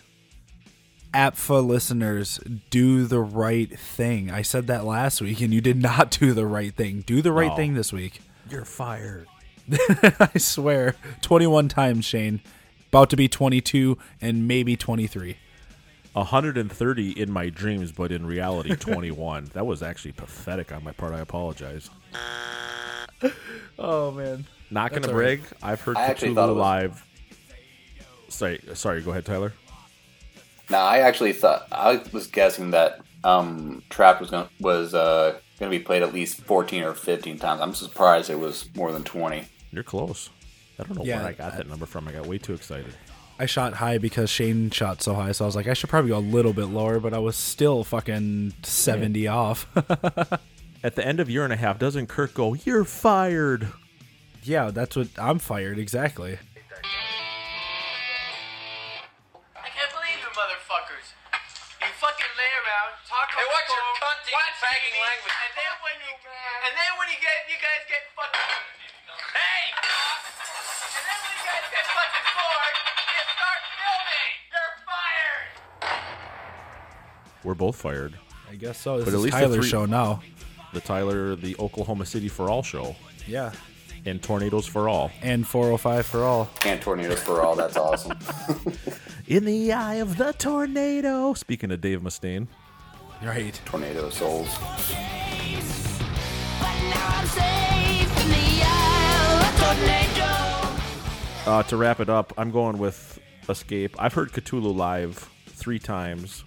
[SPEAKER 8] APFA listeners, do the right thing. I said that last week, and you did not do the right thing. Do the right
[SPEAKER 12] No.
[SPEAKER 8] thing this week.
[SPEAKER 12] You're fired.
[SPEAKER 8] I swear. 21 times, Shane. About to be 22 and maybe 23.
[SPEAKER 12] 130 in my dreams, but in reality, 21. that was actually pathetic on my part. I apologize.
[SPEAKER 8] Oh, man.
[SPEAKER 12] Not
[SPEAKER 8] That's
[SPEAKER 12] gonna
[SPEAKER 8] all right.
[SPEAKER 12] brag. I've heard
[SPEAKER 13] I actually
[SPEAKER 12] Cthulhu
[SPEAKER 13] thought it was-
[SPEAKER 12] live. Sorry, sorry. Go ahead, Tyler.
[SPEAKER 13] No, I actually thought I was guessing that um, Trapped was going was uh, going to be played at least fourteen or fifteen times. I'm surprised it was more than twenty.
[SPEAKER 12] You're close. I don't know
[SPEAKER 8] Yeah,
[SPEAKER 12] where I got that number from. I got way too excited.
[SPEAKER 8] I shot high because Shane shot so high, so I was like, I should probably go a little bit lower, but I was still fucking 70 off.
[SPEAKER 12] At the end of year and a half, doesn't Kirk go? You're fired.
[SPEAKER 8] yeah, that's what I'm fired. Exactly.
[SPEAKER 5] I can't believe you motherfuckers. You fucking lay around, talk
[SPEAKER 3] Hey,
[SPEAKER 5] on
[SPEAKER 3] what's
[SPEAKER 5] the
[SPEAKER 3] your
[SPEAKER 5] phone,
[SPEAKER 3] cunty,
[SPEAKER 5] watch
[SPEAKER 3] faggy
[SPEAKER 5] TV,
[SPEAKER 3] language?
[SPEAKER 5] And then when you and then when you get you guys get fucking Hey! And then when you guys get fucking bored, you start filming! You're fired!
[SPEAKER 12] We're both fired.
[SPEAKER 8] I guess so. This
[SPEAKER 12] But at
[SPEAKER 8] is
[SPEAKER 12] least the
[SPEAKER 8] Tyler's
[SPEAKER 12] three-
[SPEAKER 8] show now.
[SPEAKER 12] The Tyler, the Oklahoma City for All show,
[SPEAKER 8] Yeah.
[SPEAKER 12] and Tornadoes for All.
[SPEAKER 8] And 405 for all.
[SPEAKER 13] And tornadoes for all. That's awesome.
[SPEAKER 12] In the eye of the tornado. Speaking of Dave Mustaine,
[SPEAKER 8] Right.
[SPEAKER 13] Tornado of souls.
[SPEAKER 15] But now I'm safe in the eye
[SPEAKER 12] Uh, to wrap it up, I'm going with Escape. I've heard Cthulhu live three times.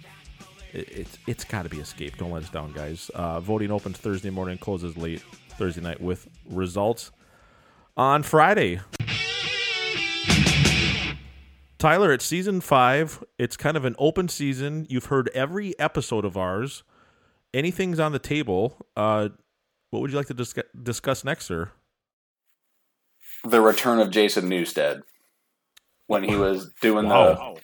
[SPEAKER 12] It, it's it's got to be Escape. Don't let us down, guys. Uh, voting opens Thursday morning, closes late Thursday night with results on Friday. Tyler, it's season five. It's kind of an open season. You've heard every episode of ours. Anything's on the table. Uh, what would you like to discuss, discuss next, sir?
[SPEAKER 13] the return of Jason Newstead when he was doing
[SPEAKER 12] Wow.
[SPEAKER 13] the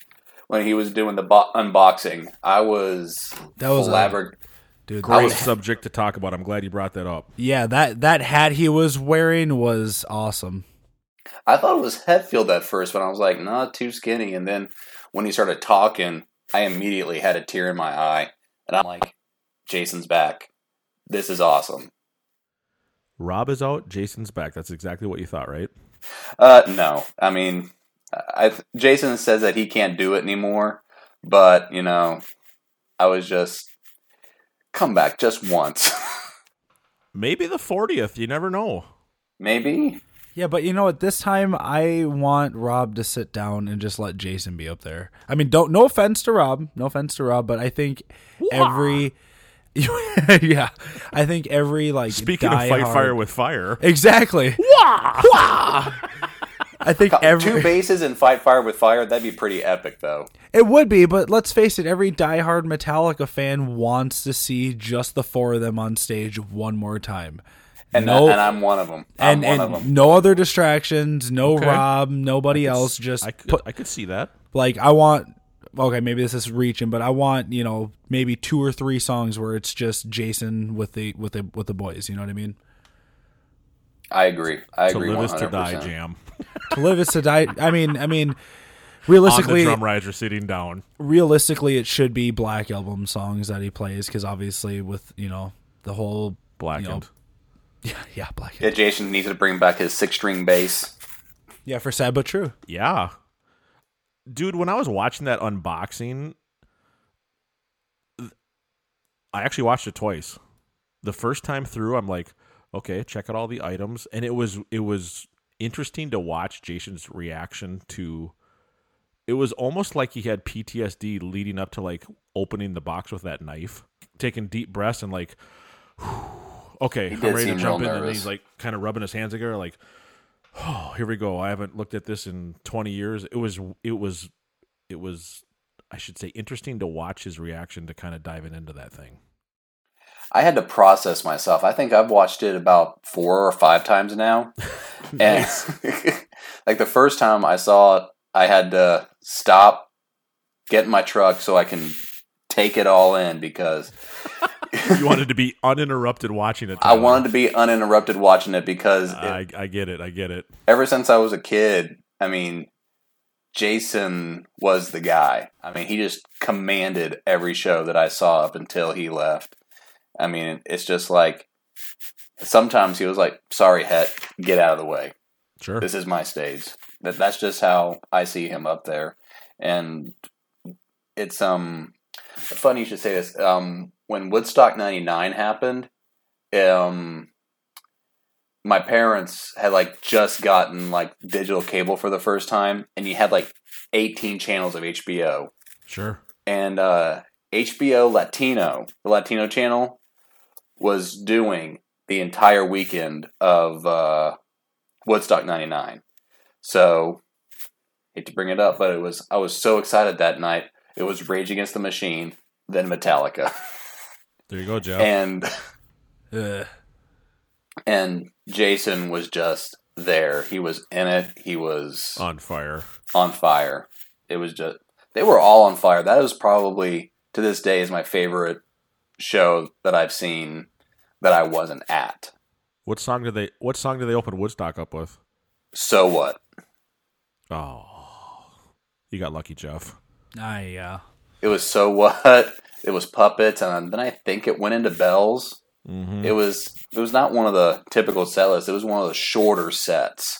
[SPEAKER 13] when he was doing the bo- unboxing. I was
[SPEAKER 8] That was a-
[SPEAKER 13] flabber-
[SPEAKER 8] dude,
[SPEAKER 13] I
[SPEAKER 12] Great
[SPEAKER 13] was-
[SPEAKER 12] subject to talk about. I'm glad you brought that up.
[SPEAKER 8] Yeah, that that hat he was wearing was awesome.
[SPEAKER 13] I thought it was Hetfield at first, but I was like, nah, too skinny. And then when he started talking, I immediately had a tear in my eye, and I'm like, Jason's back. This is awesome.
[SPEAKER 12] Rob is out. Jason's back. That's exactly what you thought, right?
[SPEAKER 13] Uh, no, I mean, I, Jason says that he can't do it anymore, but you know, I was just come back just once.
[SPEAKER 12] Maybe the 40th. You never know.
[SPEAKER 13] Maybe.
[SPEAKER 8] Yeah, but you know what? This time I want Rob to sit down and just let Jason be up there. I mean, don't no offense to Rob, no offense to Rob, but I think every yeah, I think every like
[SPEAKER 12] Speaking of fight
[SPEAKER 8] diehard-
[SPEAKER 12] fire with fire.
[SPEAKER 8] exactly. I think every
[SPEAKER 13] two bases and fight fire with fire. That'd be pretty epic, though.
[SPEAKER 8] It would be, but let's face it, every diehard Metallica fan wants to see just the four of them on stage one more time.
[SPEAKER 13] And,
[SPEAKER 8] No-
[SPEAKER 13] I, and I'm one of them. I'm
[SPEAKER 12] Ah,
[SPEAKER 8] and,
[SPEAKER 13] one
[SPEAKER 8] and
[SPEAKER 13] of them.
[SPEAKER 8] no other distractions, no
[SPEAKER 12] Okay.
[SPEAKER 8] Rob, nobody
[SPEAKER 12] I could s-
[SPEAKER 8] else. Just
[SPEAKER 12] I could, I could see that.
[SPEAKER 8] like I want. Okay, maybe this is reaching, but I want you know maybe two or three songs where it's just Jason with the with the with the boys. You know what I mean?
[SPEAKER 13] I agree. I
[SPEAKER 12] to
[SPEAKER 13] agree.
[SPEAKER 12] live is to
[SPEAKER 13] 100%.
[SPEAKER 12] die jam.
[SPEAKER 8] to live is to die. I mean, I mean, realistically,
[SPEAKER 12] On the drum riser sitting down.
[SPEAKER 8] realistically it should be black album songs that he plays because obviously with you know the whole you know,
[SPEAKER 12] Blackened.
[SPEAKER 8] yeah yeah black
[SPEAKER 13] Yeah, Jason needs to bring back his six string bass.
[SPEAKER 8] yeah for sad but true
[SPEAKER 12] Yeah. Dude, when I was watching that unboxing, th- I actually watched it twice. The first time through, I'm like, okay, check out all the items, and it was it was interesting to watch Jason's reaction to it was almost like he had PTSD leading up to like opening the box with that knife, taking deep breaths and like okay,
[SPEAKER 13] He
[SPEAKER 12] I'm
[SPEAKER 13] did
[SPEAKER 12] ready to
[SPEAKER 13] seem
[SPEAKER 12] jump in.
[SPEAKER 13] real
[SPEAKER 12] And
[SPEAKER 13] nervous.
[SPEAKER 12] he's like kind of rubbing his hands together, like, oh, here we go. I haven't looked at this in 20 years. It was, it was, it was, I should say, interesting to watch his reaction to kind of diving into that thing.
[SPEAKER 13] I had to process myself. I think I've watched it about four or five times now. and like the first time I saw it, I had to stop, get in my truck so I can take it all in because
[SPEAKER 12] You wanted to be uninterrupted watching it.
[SPEAKER 13] I wanted to be uninterrupted watching it because it,
[SPEAKER 12] I, I get it. I get it.
[SPEAKER 13] ever since I was a kid, I mean, Jason was the guy. I mean, he just commanded every show that I saw up until he left. I mean, it's just like sometimes he was like, "Sorry, Het, get out of the way.
[SPEAKER 12] Sure.
[SPEAKER 13] This is my stage." That that's just how I see him up there, and it's um funny you should say this. Um, when Woodstock '99 happened, um, my parents had like just gotten like digital cable for the first time, and you had like 18 channels of HBO
[SPEAKER 12] Sure.
[SPEAKER 13] and uh, HBO Latino, the Latino channel, was doing the entire weekend of uh, Woodstock '99. So, hate to bring it up, but it was I was so excited that night. It was Rage Against the Machine, then Metallica,
[SPEAKER 12] There you go, Jeff.
[SPEAKER 13] and
[SPEAKER 8] Ugh.
[SPEAKER 13] and Jason was just there. He was in it. He was
[SPEAKER 12] On fire.
[SPEAKER 13] on fire. It was just they were all on fire. That is probably to this day is my favorite show that I've seen that I wasn't at.
[SPEAKER 12] What song did they, what song did they open Woodstock up with?
[SPEAKER 13] So what?
[SPEAKER 12] Oh, you got lucky, Jeff.
[SPEAKER 8] i uh, yeah
[SPEAKER 13] It was so what? It was puppets, and then I think it went into bells.
[SPEAKER 12] Mm-hmm.
[SPEAKER 13] It was it was not one of the typical set lists. It was one of the shorter sets.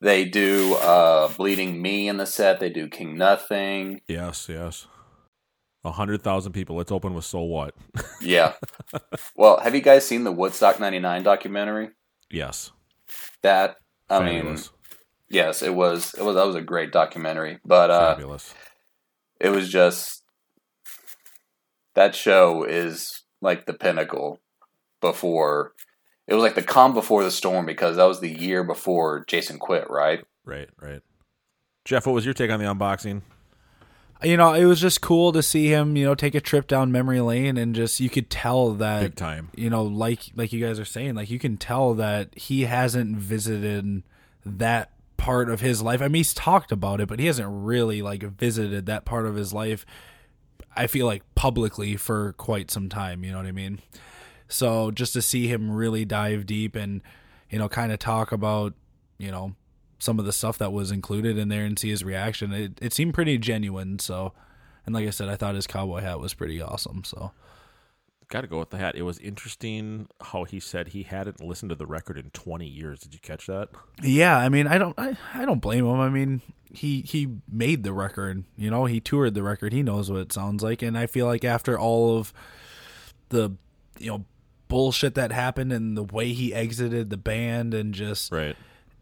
[SPEAKER 13] They do uh, bleeding me in the set. They do King Nothing.
[SPEAKER 12] yes, yes. A hundred thousand people. Let's open with "So What."
[SPEAKER 13] Yeah. well, have you guys seen the Woodstock '99 documentary?
[SPEAKER 12] yes.
[SPEAKER 13] that I mean, yes, it was. It was that was a great documentary, but uh,
[SPEAKER 12] fabulous.
[SPEAKER 13] It was just that show is like the pinnacle before. It was like the calm before the storm because that was the year before Jason quit, right?
[SPEAKER 12] Right, right. Jeff, what was your take on the unboxing?
[SPEAKER 8] you know, it was just cool to see him, you know, take a trip down memory lane and just you could tell that
[SPEAKER 12] Big time.
[SPEAKER 8] You know, like like you guys are saying, like you can tell that he hasn't visited that part of his life. I mean, he's talked about it, but he hasn't really like visited that part of his life. I feel like publicly for quite some time, you know what I mean? So just to see him really dive deep and you know, kind of talk about, you know, some of the stuff that was included in there and see his reaction. It it seemed pretty genuine. So, and like I said, I thought his cowboy hat was pretty awesome. So,
[SPEAKER 12] Got to go with the hat. It was interesting how he said he hadn't listened to the record in 20 years. Did you catch that?
[SPEAKER 8] yeah, I mean, I don't I, I don't blame him. I mean, he he made the record. You know, he toured the record. He knows what it sounds like. And I feel like after all of the you know bullshit that happened and the way he exited the band and just
[SPEAKER 12] right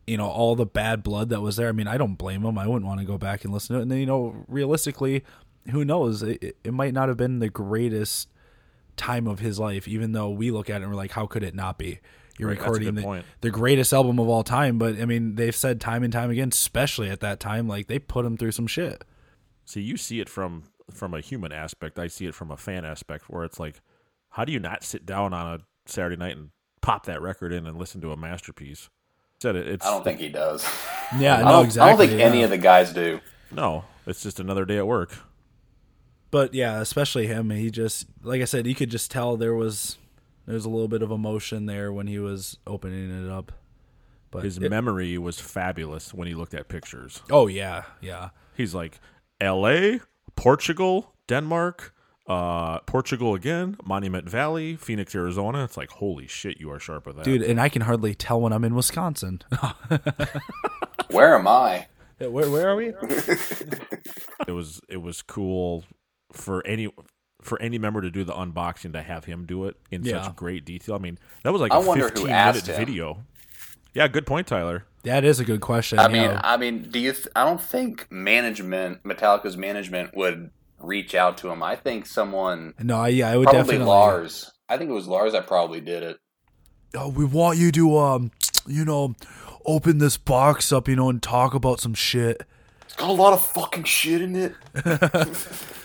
[SPEAKER 8] you know all the bad blood that was there i mean i don't blame him i wouldn't want to go back and listen to it and then you know realistically who knows it, it- it might not have been the greatest time of his life even though we look at it and we're like how could it not be you're
[SPEAKER 12] Right, that's a
[SPEAKER 8] recording
[SPEAKER 12] good
[SPEAKER 8] the,
[SPEAKER 12] point.
[SPEAKER 8] the greatest album of all time but i mean they've said time and time again especially at that time like they put him through some shit
[SPEAKER 12] See, you see it from from a human aspect. I see it from a fan aspect, where it's like, how do you not sit down on a Saturday night and pop that record in and listen to a masterpiece? Said it. It's,
[SPEAKER 13] I don't think he does.
[SPEAKER 8] Yeah,
[SPEAKER 13] I
[SPEAKER 8] no,
[SPEAKER 13] don't- I
[SPEAKER 8] exactly,
[SPEAKER 13] don't think any
[SPEAKER 8] yeah.
[SPEAKER 13] of the guys do.
[SPEAKER 12] No, it's just another day at work.
[SPEAKER 8] but yeah especially him he just like i said you could just tell there was there was a little bit of emotion there when he was opening it up but
[SPEAKER 12] His
[SPEAKER 8] it-
[SPEAKER 12] memory was fabulous when he looked at pictures.
[SPEAKER 8] Oh yeah, yeah.
[SPEAKER 12] He's like L.A., Portugal, Denmark, uh, Portugal again, Monument Valley, Phoenix, Arizona. It's like holy shit, you are sharp with that,
[SPEAKER 8] dude and i can hardly tell when i'm in wisconsin
[SPEAKER 13] Where am I?
[SPEAKER 8] where, where are we
[SPEAKER 12] it was it was cool for any for any member to do the unboxing to have him do it in
[SPEAKER 8] Yeah.
[SPEAKER 12] such great detail. I mean, that was like
[SPEAKER 13] I
[SPEAKER 12] a
[SPEAKER 13] wonder who
[SPEAKER 12] 15
[SPEAKER 13] asked
[SPEAKER 12] minute
[SPEAKER 13] him.
[SPEAKER 12] video. Yeah, good point, Tyler.
[SPEAKER 8] that is a good question
[SPEAKER 13] I
[SPEAKER 8] yeah.
[SPEAKER 13] mean, I mean, do you? Th- I don't think management, Metallica's management, would reach out to him. I think someone,
[SPEAKER 8] no I, yeah i would
[SPEAKER 13] probably
[SPEAKER 8] definitely
[SPEAKER 13] Lars. I think it was Lars that probably did it.
[SPEAKER 8] oh, we want you to um you know open this box up you know and talk about some shit
[SPEAKER 13] It's got a lot of fucking shit in it.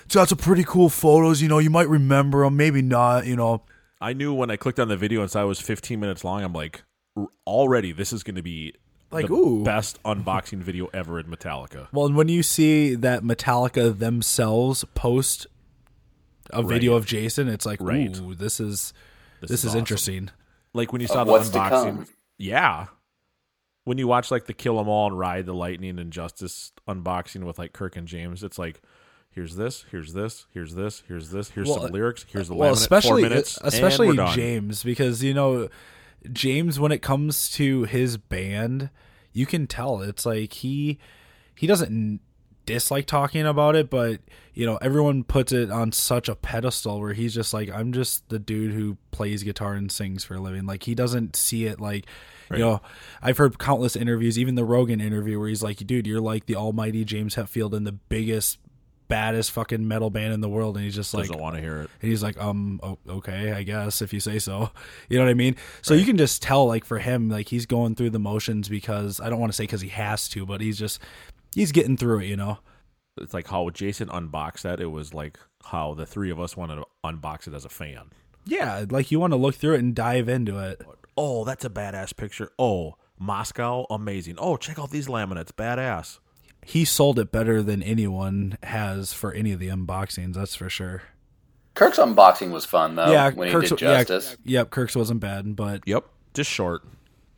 [SPEAKER 8] so that's a pretty cool photos you know you might remember them maybe not you know
[SPEAKER 12] I knew when I clicked on the video and saw it was 15 minutes long. I'm like, "R- already this is going to be
[SPEAKER 8] Like,
[SPEAKER 12] the
[SPEAKER 8] ooh.
[SPEAKER 12] best unboxing video ever in Metallica.
[SPEAKER 8] well and when you see that metallica themselves post a
[SPEAKER 12] Right.
[SPEAKER 8] video of jason it's like
[SPEAKER 12] Right.
[SPEAKER 8] ooh this is this,
[SPEAKER 12] is
[SPEAKER 8] is,
[SPEAKER 12] awesome.
[SPEAKER 8] interesting
[SPEAKER 12] Like when you
[SPEAKER 13] Of
[SPEAKER 12] saw the
[SPEAKER 13] what's to
[SPEAKER 12] unboxing,
[SPEAKER 13] come.
[SPEAKER 12] yeah. When you watch like the Kill 'Em All and Ride the Lightning and Justice unboxing with like Kirk and James, it's like. Here's this. Here's this. Here's this. Here's this. Here's
[SPEAKER 8] Well,
[SPEAKER 12] some lyrics. Here's the
[SPEAKER 8] well,
[SPEAKER 12] laminate,
[SPEAKER 8] especially
[SPEAKER 12] four
[SPEAKER 8] uh,
[SPEAKER 12] minutes, and
[SPEAKER 8] especially
[SPEAKER 12] we're done.
[SPEAKER 8] James because you know James when it comes to his band, you can tell it's like he he doesn't n- dislike talking about it, but you know everyone puts it on such a pedestal where he's just like I'm just the dude who plays guitar and sings for a living. Like he doesn't see it like
[SPEAKER 12] Right.
[SPEAKER 8] you know I've heard countless interviews, even the Rogan interview where he's like, dude, you're like the almighty James Hetfield and the biggest baddest fucking metal band in the world and he's just like
[SPEAKER 12] doesn't want to hear it.
[SPEAKER 8] and he's like, um, o- okay, I guess if you say so. You know what I mean? So you can just tell, like, for him, like, he's going through the motions because I don't want to say because he has to, but he's just, he's getting through it, you know?
[SPEAKER 12] It's like how Jason unboxed that. It was like how the three of us wanted to unbox it as a fan.
[SPEAKER 8] Yeah. Like, you want to look through it and dive into it.
[SPEAKER 12] Oh, that's a badass picture. Oh, Moscow, amazing. Oh, check out these laminates, badass.
[SPEAKER 8] He sold it better than anyone has for any of the unboxings, that's for sure.
[SPEAKER 13] Kirk's unboxing was fun though.
[SPEAKER 8] yeah.
[SPEAKER 13] Oh, when
[SPEAKER 8] Kirk's,
[SPEAKER 13] he did
[SPEAKER 8] yeah,
[SPEAKER 13] Justice.
[SPEAKER 8] yep. Kirk's wasn't bad, but
[SPEAKER 12] Yep, just short.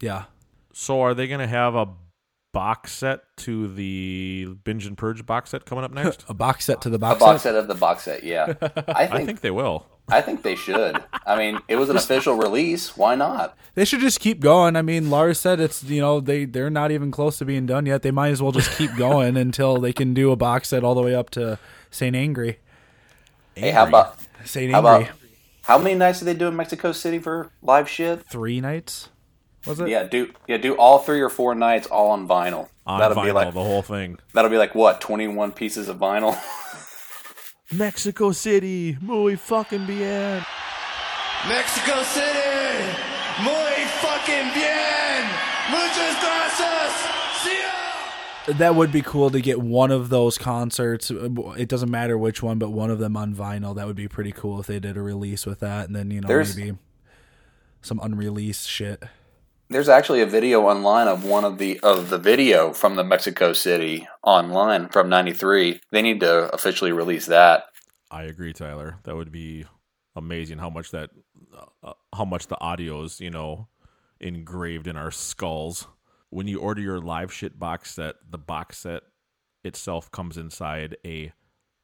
[SPEAKER 8] yeah.
[SPEAKER 12] So, are they going to have a box set to the Binge and Purge box set coming up next?
[SPEAKER 8] A box set to the
[SPEAKER 13] A
[SPEAKER 8] box,
[SPEAKER 13] box set of the box set. Yeah, I
[SPEAKER 12] I
[SPEAKER 13] think
[SPEAKER 12] think they will.
[SPEAKER 13] I think they should. I mean, it was an official release. Why not?
[SPEAKER 8] They should just keep going. I mean, Lars said it's you know they they're not even close to being done yet. They might as well just keep going until they can do a box set all the way up to Saint Angry.
[SPEAKER 13] Hey, how about
[SPEAKER 8] Saint
[SPEAKER 13] how
[SPEAKER 8] Angry
[SPEAKER 13] about how many nights did they do in Mexico City for live shit?
[SPEAKER 8] three nights? Was it?
[SPEAKER 13] Yeah, do yeah, do all three or four nights all on vinyl.
[SPEAKER 12] On vinyl, the whole thing.
[SPEAKER 13] That'll be like what, twenty one pieces of vinyl?
[SPEAKER 12] Mexico City, muy fucking bien.
[SPEAKER 15] Mexico City, muy fucking bien. Muchas gracias. See ya.
[SPEAKER 8] That would be cool to get one of those concerts. It doesn't matter which one, but one of them on vinyl. That would be pretty cool if they did a release with that, and then you know
[SPEAKER 13] There's-
[SPEAKER 8] maybe some unreleased shit.
[SPEAKER 13] There's actually a video online of one of the of the video from the Mexico City online from '93. They need to officially release that.
[SPEAKER 12] I agree, Tyler. That would be amazing. How much that, uh, how much the audio is, you know, engraved in our skulls. When you order your live shit box set, the box set itself comes inside a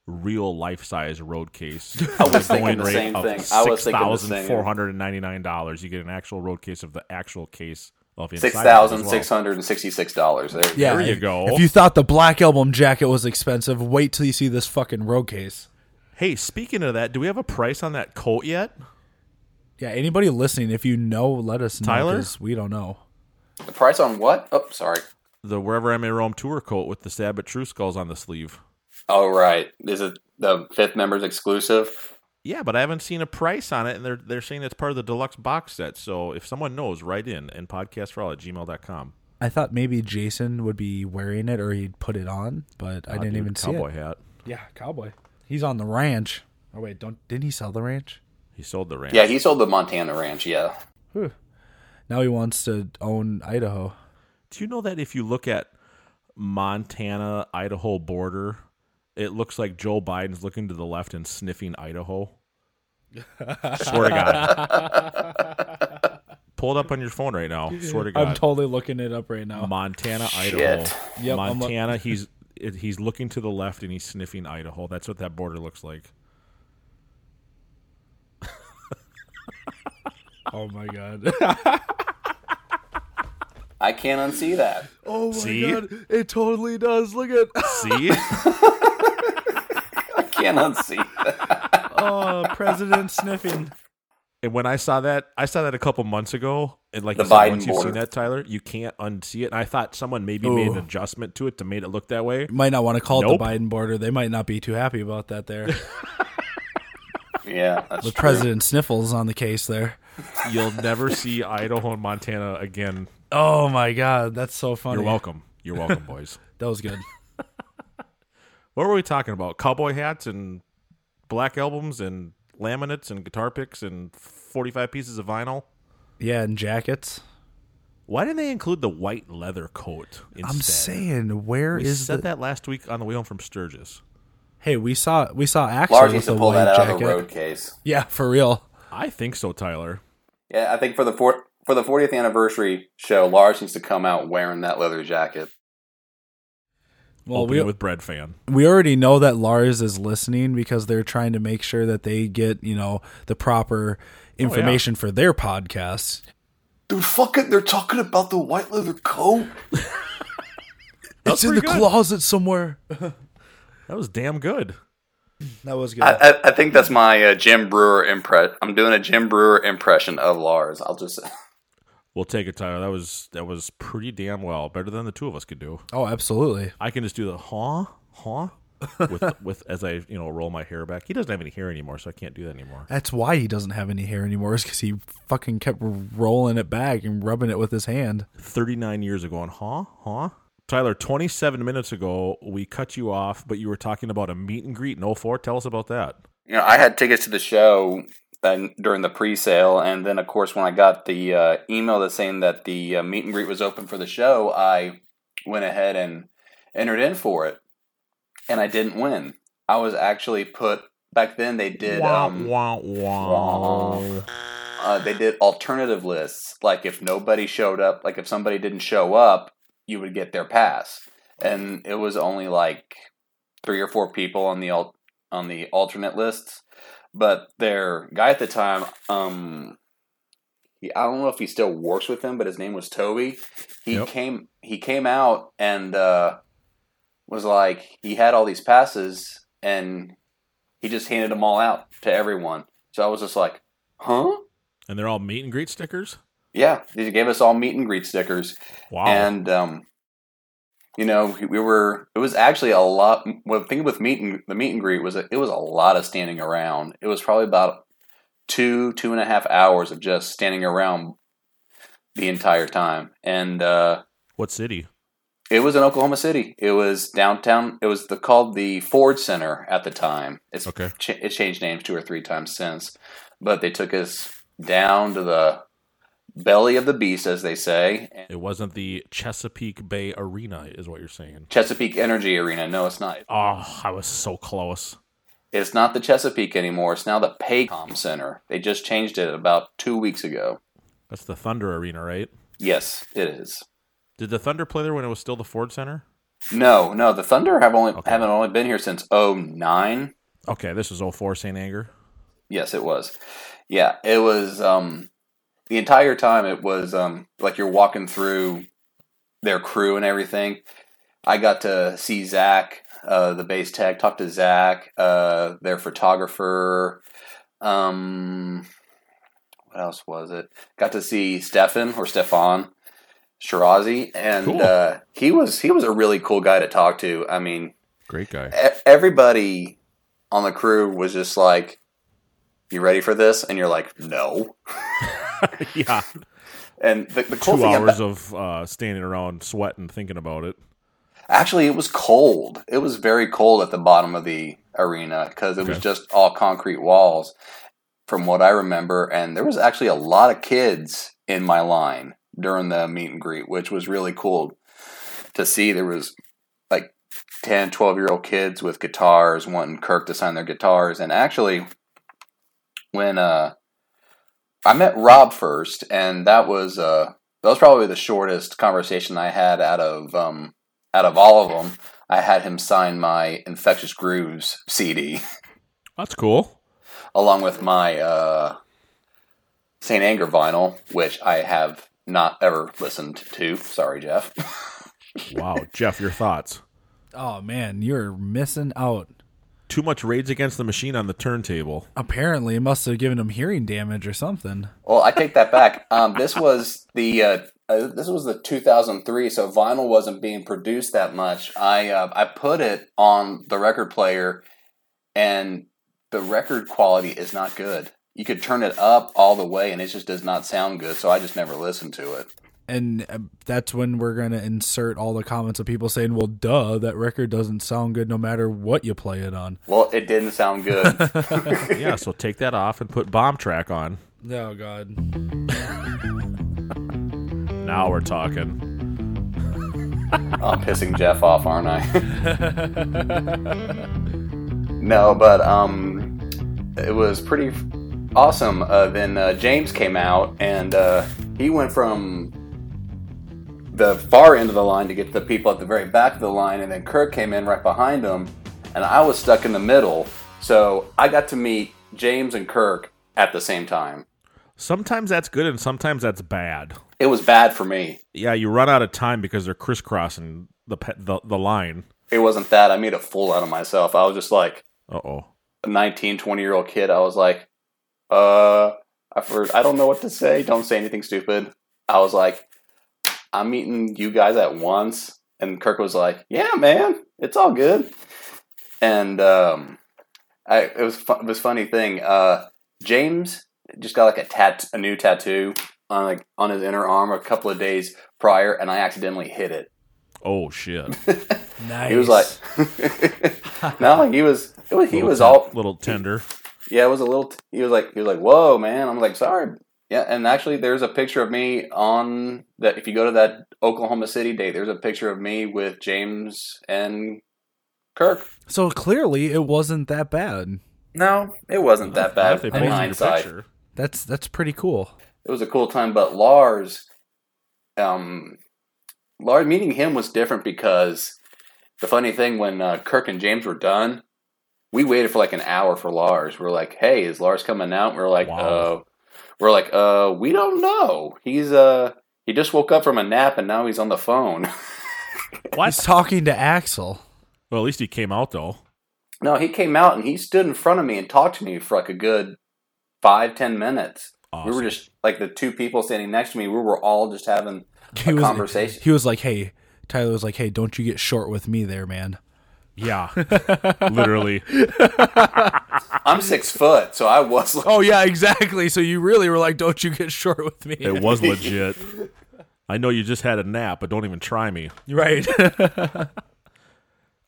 [SPEAKER 12] real life size road case.
[SPEAKER 13] I
[SPEAKER 12] with
[SPEAKER 13] was
[SPEAKER 12] a
[SPEAKER 13] thinking
[SPEAKER 12] going
[SPEAKER 13] the
[SPEAKER 12] rate
[SPEAKER 13] same
[SPEAKER 12] of
[SPEAKER 13] thing. I was thinking the same.
[SPEAKER 12] $6,499. You get an actual road case of the actual case of inside
[SPEAKER 13] Six
[SPEAKER 12] it as
[SPEAKER 13] thousand
[SPEAKER 12] well.
[SPEAKER 13] six hundred and sixty six dollars. There,
[SPEAKER 8] Yeah,
[SPEAKER 12] There you
[SPEAKER 8] if-
[SPEAKER 12] go.
[SPEAKER 8] If you thought the black album jacket was expensive, wait till you see this fucking road case.
[SPEAKER 12] Hey, speaking of that, do we have a price on that coat yet?
[SPEAKER 8] Yeah, anybody listening, if you know, let us know.
[SPEAKER 12] Tyler?
[SPEAKER 8] 'cause we don't know.
[SPEAKER 13] The price on what? Oh, sorry.
[SPEAKER 12] The Wherever I May Roam tour coat with the Stab at True Skulls on the sleeve.
[SPEAKER 13] Oh, right. Is it the fifth member's exclusive?
[SPEAKER 12] Yeah, but I haven't seen a price on it, and they're they're saying it's part of the deluxe box set. So if someone knows, write in and podcastforall at gmail.com.
[SPEAKER 8] I thought maybe Jason would be wearing it or he'd put it on, but I
[SPEAKER 12] Ah,
[SPEAKER 8] didn't
[SPEAKER 12] dude,
[SPEAKER 8] even
[SPEAKER 12] cowboy
[SPEAKER 8] see it.
[SPEAKER 12] hat.
[SPEAKER 8] Yeah, cowboy. He's on the ranch. Oh wait, don't didn't he sell the ranch?
[SPEAKER 12] He sold the ranch.
[SPEAKER 13] Yeah, he sold the Montana ranch. Yeah,
[SPEAKER 8] Now he wants to own Idaho.
[SPEAKER 12] Do you know that if you look at Montana Idaho border, it looks like Joe Biden's looking to the left and sniffing Idaho? Swear to God. Pull it up on your phone right now. Swear to God.
[SPEAKER 8] I'm totally looking it up right now.
[SPEAKER 12] Montana,
[SPEAKER 8] Shit.
[SPEAKER 12] Idaho.
[SPEAKER 8] Yep, I'm lo-
[SPEAKER 12] Montana. he's it, he's looking to the left and he's sniffing Idaho. That's what that border looks like.
[SPEAKER 8] Oh my god.
[SPEAKER 13] I can't unsee that.
[SPEAKER 8] oh my
[SPEAKER 12] See?
[SPEAKER 8] god. It totally does. Look at
[SPEAKER 12] See,
[SPEAKER 13] I can't unsee that.
[SPEAKER 8] Oh, president sniffing.
[SPEAKER 12] and when I saw that, I saw that a couple months ago, and like
[SPEAKER 13] The
[SPEAKER 12] you said,
[SPEAKER 13] Biden
[SPEAKER 12] once you've
[SPEAKER 13] border.
[SPEAKER 12] seen that, Tyler, you can't unsee it. And I thought someone maybe
[SPEAKER 8] Ooh.
[SPEAKER 12] made an adjustment to it to make it look that way.
[SPEAKER 8] Might not want to call
[SPEAKER 12] Nope.
[SPEAKER 8] it the Biden border. They might not be too happy about that there.
[SPEAKER 13] Yeah, that's
[SPEAKER 8] the
[SPEAKER 13] true.
[SPEAKER 8] president sniffles on the case there.
[SPEAKER 12] You'll never see Idaho and Montana again.
[SPEAKER 8] Oh my god, that's so funny.
[SPEAKER 12] You're welcome. You're welcome, boys.
[SPEAKER 8] That was good.
[SPEAKER 12] What were we talking about? Cowboy hats and black albums and laminates and guitar picks and 45 pieces of vinyl.
[SPEAKER 8] Yeah, and jackets.
[SPEAKER 12] Why didn't they include the white leather coat? Instead?
[SPEAKER 8] I'm saying, where
[SPEAKER 12] we
[SPEAKER 8] is
[SPEAKER 12] said
[SPEAKER 8] the-
[SPEAKER 12] that last week on the way home from Sturgis.
[SPEAKER 8] Hey, we saw we saw Axel
[SPEAKER 13] Lars needs
[SPEAKER 8] with
[SPEAKER 13] to
[SPEAKER 8] the
[SPEAKER 13] pull
[SPEAKER 8] white
[SPEAKER 13] that out
[SPEAKER 8] jacket.
[SPEAKER 13] of the road case.
[SPEAKER 8] Yeah, for real.
[SPEAKER 12] I think so, Tyler.
[SPEAKER 13] Yeah, I think for the for, for the 40th anniversary show, Lars needs to come out wearing that leather jacket.
[SPEAKER 8] Well,
[SPEAKER 12] Opening
[SPEAKER 8] we
[SPEAKER 12] with bread fan.
[SPEAKER 8] we already know that Lars is listening because they're trying to make sure that they get you know the
[SPEAKER 12] Oh,
[SPEAKER 8] proper information for their podcast.
[SPEAKER 13] Dude, fuck it. They're talking about the white leather coat.
[SPEAKER 8] It's in the closet somewhere.
[SPEAKER 12] That was damn good.
[SPEAKER 8] That was good.
[SPEAKER 13] I, I, I think that's my uh, Jim Brewer impression. I'm doing a Jim Brewer impression of Lars. I'll just.
[SPEAKER 12] We'll take it, Tyler. That was that was pretty damn well. Better than the two of us could do.
[SPEAKER 8] oh, absolutely.
[SPEAKER 12] I can just do the huh huh with with as I you know roll my hair back. He doesn't have any hair anymore, so I can't do that anymore.
[SPEAKER 8] That's why he doesn't have any hair anymore. Is because he fucking kept rolling it back and rubbing it with his hand.
[SPEAKER 12] Thirty nine years ago, and huh huh. Tyler, twenty seven minutes ago, we cut you off, but you were talking about a meet and greet in 04. Tell us about that.
[SPEAKER 13] you know, I had tickets to the show and during the pre-sale, and then of course when I got the uh, email that saying that the uh, meet and greet was open for the show, I went ahead and entered in for it, and I didn't win. I was actually put back then. They did
[SPEAKER 12] Wah,
[SPEAKER 13] um,
[SPEAKER 12] wah, wah.
[SPEAKER 13] uh, they did alternative lists. Like if nobody showed up, like if somebody didn't show up, you would get their pass. And it was only like three or four people on the al- on the alternate lists. But their guy at the time, um, he, I don't know if he still works with them, but his name was Toby. He
[SPEAKER 12] Yep.
[SPEAKER 13] came he came out and uh, was like he had all these passes and he just handed them all out to everyone. So I was just like, huh?
[SPEAKER 12] And they're all meet and greet stickers.
[SPEAKER 13] yeah, they gave us all meet and greet stickers.
[SPEAKER 12] Wow.
[SPEAKER 13] And um, you know, we were. It was actually a lot. Well, the thing with meet and the meet and greet was that it was a lot of standing around. It was probably about two two and a half hours of just standing around the entire time. And uh,
[SPEAKER 12] what city?
[SPEAKER 13] It was in Oklahoma City. It was downtown. It was the, called the Ford Center at the time. It's
[SPEAKER 12] okay.
[SPEAKER 13] Ch- it changed names two or three times since, but they took us down to the belly of the beast, as they say.
[SPEAKER 12] It wasn't the Chesapeake Bay Arena, is what you're saying.
[SPEAKER 13] Chesapeake Energy Arena. No, it's not.
[SPEAKER 12] Oh, I was so close.
[SPEAKER 13] It's not the Chesapeake anymore. It's now the Paycom Center. They just changed it about two weeks ago.
[SPEAKER 12] That's the Thunder Arena, right?
[SPEAKER 13] Yes, it is.
[SPEAKER 12] Did the Thunder play there when it was still the Ford Center?
[SPEAKER 13] No, no. The Thunder have only haven't only been here since 09.
[SPEAKER 12] Okay, this was 04 St. Anger.
[SPEAKER 13] Yes, it was. Yeah, it was. Um, the entire time it was um, like you're walking through their crew and everything. I got to see Zach, uh, the bass tech, talk to Zach, uh, their photographer. Um, what else was it? Got to see Stefan or Stefan Shirazi, and
[SPEAKER 12] Cool.
[SPEAKER 13] uh, he was he was a really cool guy to talk to. I mean,
[SPEAKER 12] Great guy.
[SPEAKER 13] e- everybody on the crew was just like, "You ready for this?" And you're like, "No."
[SPEAKER 12] yeah.
[SPEAKER 13] And the, the cool
[SPEAKER 12] Two
[SPEAKER 13] thing
[SPEAKER 12] hours
[SPEAKER 13] about,
[SPEAKER 12] of uh, standing around, sweating, thinking about it.
[SPEAKER 13] actually, it was cold. It was very cold at the bottom of the arena because it was
[SPEAKER 12] Okay.
[SPEAKER 13] just all concrete walls, from what I remember. And there was actually a lot of kids in my line during the meet and greet, which was really cool to see. There was like 10, 12 year old kids with guitars wanting Kirk to sign their guitars. And actually, when uh, I met Rob first, and that was uh, that was probably the shortest conversation I had out of um, out of all of them. I had him sign my Infectious Grooves CD
[SPEAKER 12] That's cool.
[SPEAKER 13] along with my uh, Saint Anger vinyl, which I have not ever listened to. Sorry, Jeff.
[SPEAKER 12] Wow, Jeff, your thoughts?
[SPEAKER 8] Oh man, you're missing out.
[SPEAKER 12] Too much Rage Against the Machine on the turntable.
[SPEAKER 8] Apparently, it must have given him hearing damage or something.
[SPEAKER 13] Well, I take that back. Um, this was the uh, uh, this was the 2003, so vinyl wasn't being produced that much. I uh, I put it on the record player, and the record quality is not good. You could turn it up all the way, and it just does not sound good. So I just never listened to it.
[SPEAKER 8] And uh, that's when we're gonna insert all the comments of people saying, "Well, duh, that record doesn't sound good no matter what you play it on."
[SPEAKER 13] Well, it didn't sound good.
[SPEAKER 12] yeah, so take that off and put Bomb Track on.
[SPEAKER 8] Oh God.
[SPEAKER 12] Now we're talking.
[SPEAKER 13] I'm pissing Jeff off, aren't I? no, but um, it was pretty awesome. Uh, then uh, James came out, and uh, he went from the far end of the line to get the people at the very back of the line, and then Kirk came in right behind him, and I was stuck in the middle. So I got to meet James and Kirk at the same time.
[SPEAKER 12] Sometimes that's good and sometimes that's bad.
[SPEAKER 13] It was bad for me.
[SPEAKER 12] Yeah, you run out of time because they're crisscrossing the pe- the, the line.
[SPEAKER 13] It wasn't that. I made a fool out of myself. I was just like,
[SPEAKER 12] Uh oh.
[SPEAKER 13] 19 20 year old kid i was like uh i've heard i don't know what to say don't say anything stupid i was like i'm meeting you guys at once and kirk was like yeah man it's all good and um i it was fu- it was funny thing uh james just got like a tat a new tattoo on like on his inner arm a couple of days prior and i accidentally hit it
[SPEAKER 12] Oh shit.
[SPEAKER 8] nice.
[SPEAKER 13] he was like no he was, it was he
[SPEAKER 12] Little
[SPEAKER 13] was
[SPEAKER 12] ten-
[SPEAKER 13] all
[SPEAKER 12] little tender.
[SPEAKER 13] yeah, it was a little. T- he was like, he was like, "Whoa, man!" I'm like, "Sorry." Yeah, and actually, there's a picture of me on that. If you go to that Oklahoma City date, there's a picture of me with James and Kirk.
[SPEAKER 8] So clearly, it wasn't that bad.
[SPEAKER 13] No, it wasn't that bad.
[SPEAKER 8] they
[SPEAKER 13] In
[SPEAKER 8] posted your
[SPEAKER 13] hindsight,
[SPEAKER 12] picture.
[SPEAKER 8] That's that's pretty cool.
[SPEAKER 13] it was a cool time. But Lars, um, Lars meeting him was different because the funny thing when uh, Kirk and James were done, we waited for like an hour for Lars. We're like, "Hey, is Lars coming out?" And we're like, "Uh, we're like, uh, we don't know. He's uh, he just woke up from a nap and now he's on the phone."
[SPEAKER 8] He's talking to Axel.
[SPEAKER 12] Well, at least he came out though.
[SPEAKER 13] no, he came out and he stood in front of me and talked to me for like a good five ten minutes. We were just like the two people standing next to me. We were all just having
[SPEAKER 8] He
[SPEAKER 13] a
[SPEAKER 8] was,
[SPEAKER 13] conversation.
[SPEAKER 8] He was like, "Hey, Tyler was like, hey, don't you get short with me there, man."
[SPEAKER 12] Yeah, literally.
[SPEAKER 13] I'm six foot, so I was. Like,
[SPEAKER 8] Oh yeah, exactly. So you really were like, "Don't you get short with me?"
[SPEAKER 12] It was legit. I know you just had a nap, but don't even try me.
[SPEAKER 8] right.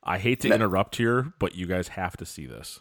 [SPEAKER 12] I hate to interrupt here, but you guys have to see this.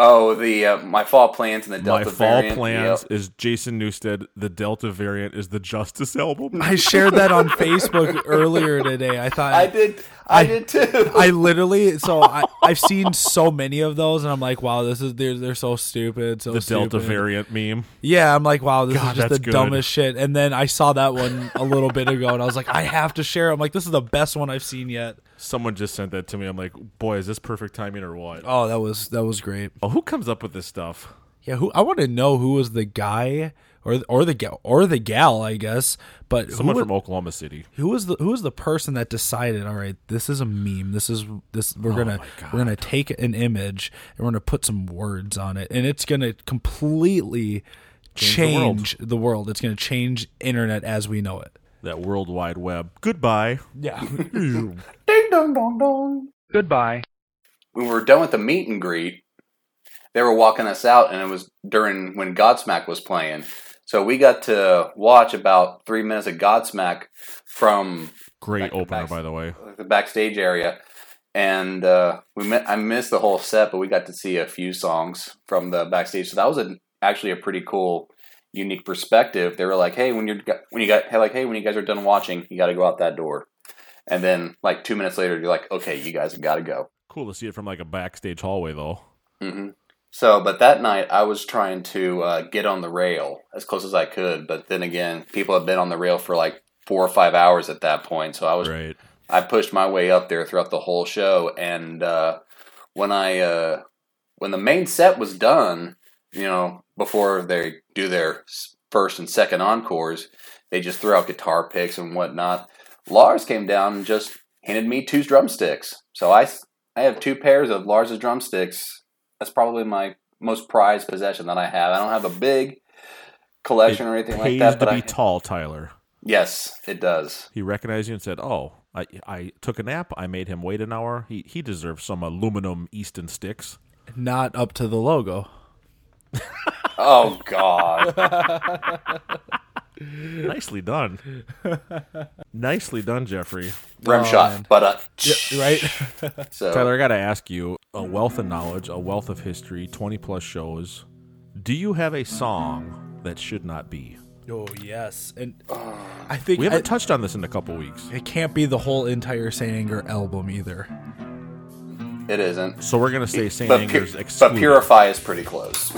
[SPEAKER 13] Oh, the uh, my fall plans and the Delta
[SPEAKER 12] My fall
[SPEAKER 13] variant.
[SPEAKER 12] plans
[SPEAKER 13] Yep.
[SPEAKER 12] is Jason Newstead. The Delta variant is the Justice album.
[SPEAKER 8] I shared that on Facebook earlier today. I thought
[SPEAKER 13] I did. I, did too.
[SPEAKER 8] I literally so I I've seen so many of those, and I'm like, wow, this is they're they're so stupid. So
[SPEAKER 12] the Delta
[SPEAKER 8] stupid.
[SPEAKER 12] variant meme.
[SPEAKER 8] Yeah, I'm like, wow, this
[SPEAKER 12] God,
[SPEAKER 8] is just the
[SPEAKER 12] that's good.
[SPEAKER 8] dumbest shit. And then I saw that one a little bit ago, and I was like, I have to share. it. I'm like, this is the best one I've seen yet.
[SPEAKER 12] Someone just sent that to me. I'm like, boy, is this perfect timing or what?
[SPEAKER 8] Oh, that was that was great.
[SPEAKER 12] Oh, who comes up with this stuff?
[SPEAKER 8] Yeah, who I want to know who was the guy or or the gal or the gal, I guess. But who
[SPEAKER 12] Someone
[SPEAKER 8] wa-
[SPEAKER 12] from Oklahoma City.
[SPEAKER 8] who was the who was the person that decided? All right, this is a meme. This is this.
[SPEAKER 12] Oh
[SPEAKER 8] We're gonna we're gonna take an image and we're gonna put some words on it, and it's gonna completely
[SPEAKER 12] the world.
[SPEAKER 8] change the world. It's gonna change internet as we know it.
[SPEAKER 12] That World Wide Web. Goodbye.
[SPEAKER 8] Yeah.
[SPEAKER 13] Ding dong dong dong.
[SPEAKER 8] Goodbye.
[SPEAKER 13] When we were done with the meet and greet, they were walking us out, and it was during when Godsmack was playing. So we got to watch about three minutes of Godsmack from
[SPEAKER 12] Great opener, by the way.
[SPEAKER 13] the backstage area, and uh, we met, I missed the whole set, but we got to see a few songs from the backstage. So that was a, actually a pretty cool, unique perspective. They were like, "Hey, when you're gu- when you got hey, like hey, when you guys are done watching, you got to go out that door." And then like two minutes later, you're like, "Okay, you guys have got to go."
[SPEAKER 12] Cool to see it from like a backstage hallway, though.
[SPEAKER 13] hmm So, but that night I was trying to uh, get on the rail as close as I could, but then again, people had been on the rail for like four or five hours at that point, so I was
[SPEAKER 12] Right.
[SPEAKER 13] I pushed my way up there throughout the whole show, and uh, when I uh, when the main set was done, you know, before they do their s- first and second encores, they just throw out guitar picks and whatnot. Lars came down and just handed me two drumsticks, so I s- I have two pairs of Lars's drumsticks. That's probably my most prized possession that I have. I don't have a big collection or anything like
[SPEAKER 12] Pays
[SPEAKER 13] that, but
[SPEAKER 12] to be
[SPEAKER 13] I,
[SPEAKER 12] tall, Tyler.
[SPEAKER 13] yes, it does.
[SPEAKER 12] He recognized you and said, "Oh, I I took a nap. I made him wait an hour. He he deserves some aluminum Easton sticks."
[SPEAKER 8] Not up to the logo.
[SPEAKER 13] Oh God.
[SPEAKER 12] Nicely done. Nicely done, Jeffery.
[SPEAKER 13] Rim
[SPEAKER 8] Oh,
[SPEAKER 13] shot,
[SPEAKER 8] man.
[SPEAKER 13] but uh,
[SPEAKER 8] Yeah, right.
[SPEAKER 13] so
[SPEAKER 12] Tyler, I got to ask you a wealth of knowledge, a wealth of history, 20 plus shows. Do you have a song that should not be?
[SPEAKER 8] oh yes, and I think
[SPEAKER 12] We haven't
[SPEAKER 8] I-
[SPEAKER 12] touched on this in a couple weeks.
[SPEAKER 8] it can't be the whole entire Saint Anger album either.
[SPEAKER 13] it isn't.
[SPEAKER 12] So we're going to say St.
[SPEAKER 13] But, pu-
[SPEAKER 12] Anger's
[SPEAKER 13] but
[SPEAKER 12] excluded.
[SPEAKER 13] purify is pretty close.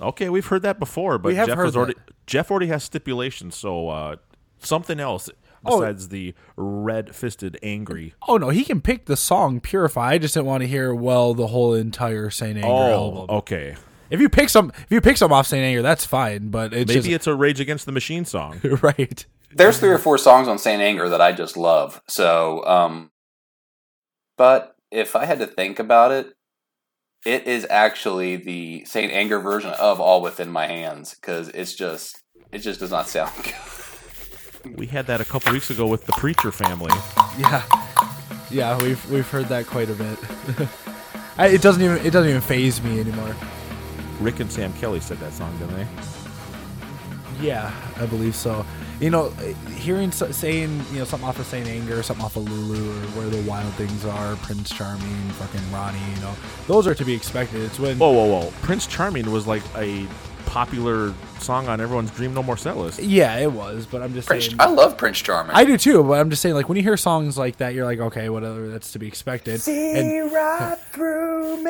[SPEAKER 12] Okay, we've heard that before, but
[SPEAKER 8] We have
[SPEAKER 12] Jeff,
[SPEAKER 8] heard
[SPEAKER 12] was already, Jeff already has stipulations, so uh, something else
[SPEAKER 8] Oh.
[SPEAKER 12] besides the red fisted angry.
[SPEAKER 8] Oh no, he can pick the song "Purify." I just didn't want to hear well the whole entire Saint Anger album.
[SPEAKER 12] Oh, okay.
[SPEAKER 8] If you pick some, if you pick some off Saint Anger, that's fine. But it's
[SPEAKER 12] Maybe
[SPEAKER 8] just
[SPEAKER 12] it's a Rage Against the Machine song.
[SPEAKER 8] right.
[SPEAKER 13] There's three or four songs on Saint Anger that I just love. So, um, but if I had to think about it, it is actually the Saint Anger version of All Within My Hands because it's just it just does not sound good.
[SPEAKER 12] We had that a couple weeks ago with the Preacher family.
[SPEAKER 8] Yeah, yeah. We've we've heard that quite a bit. I, it doesn't even it doesn't even phase me anymore.
[SPEAKER 12] Rick and Sam Kelly said that song, didn't they?
[SPEAKER 8] Yeah, I believe so. You know, hearing so- saying you know something off of Saint Anger, something off of Lulu, or where the wild things are, Prince Charming, fucking Ronnie. You know, those are to be expected. It's when
[SPEAKER 12] Whoa, whoa, whoa! Prince Charming was like a popular song on everyone's Dream No More set list.
[SPEAKER 8] yeah, it was. But I'm just
[SPEAKER 13] Prince,
[SPEAKER 8] saying.
[SPEAKER 13] I love Prince Charming.
[SPEAKER 8] I do too, but I'm just saying, like when you hear songs like that, you're like, okay, whatever, that's to be expected. and, and,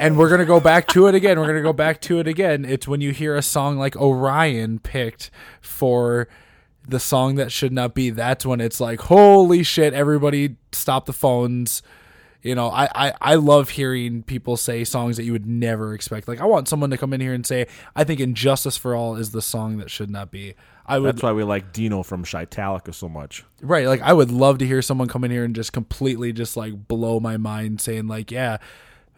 [SPEAKER 8] and we're gonna go back to it again. We're gonna go back to it again. It's when you hear a song like Orion picked for the song that should not be. That's when it's like, holy shit! Everybody, stop the phones. You know, I, I, I love hearing people say songs that you would never expect. Like, I want someone to come in here and say, I think Injustice for All is the song that should not be. I would
[SPEAKER 12] That's why we like Dino from Shitalica so much.
[SPEAKER 8] Right. Like I would love to hear someone come in here and just completely just like blow my mind saying like, yeah,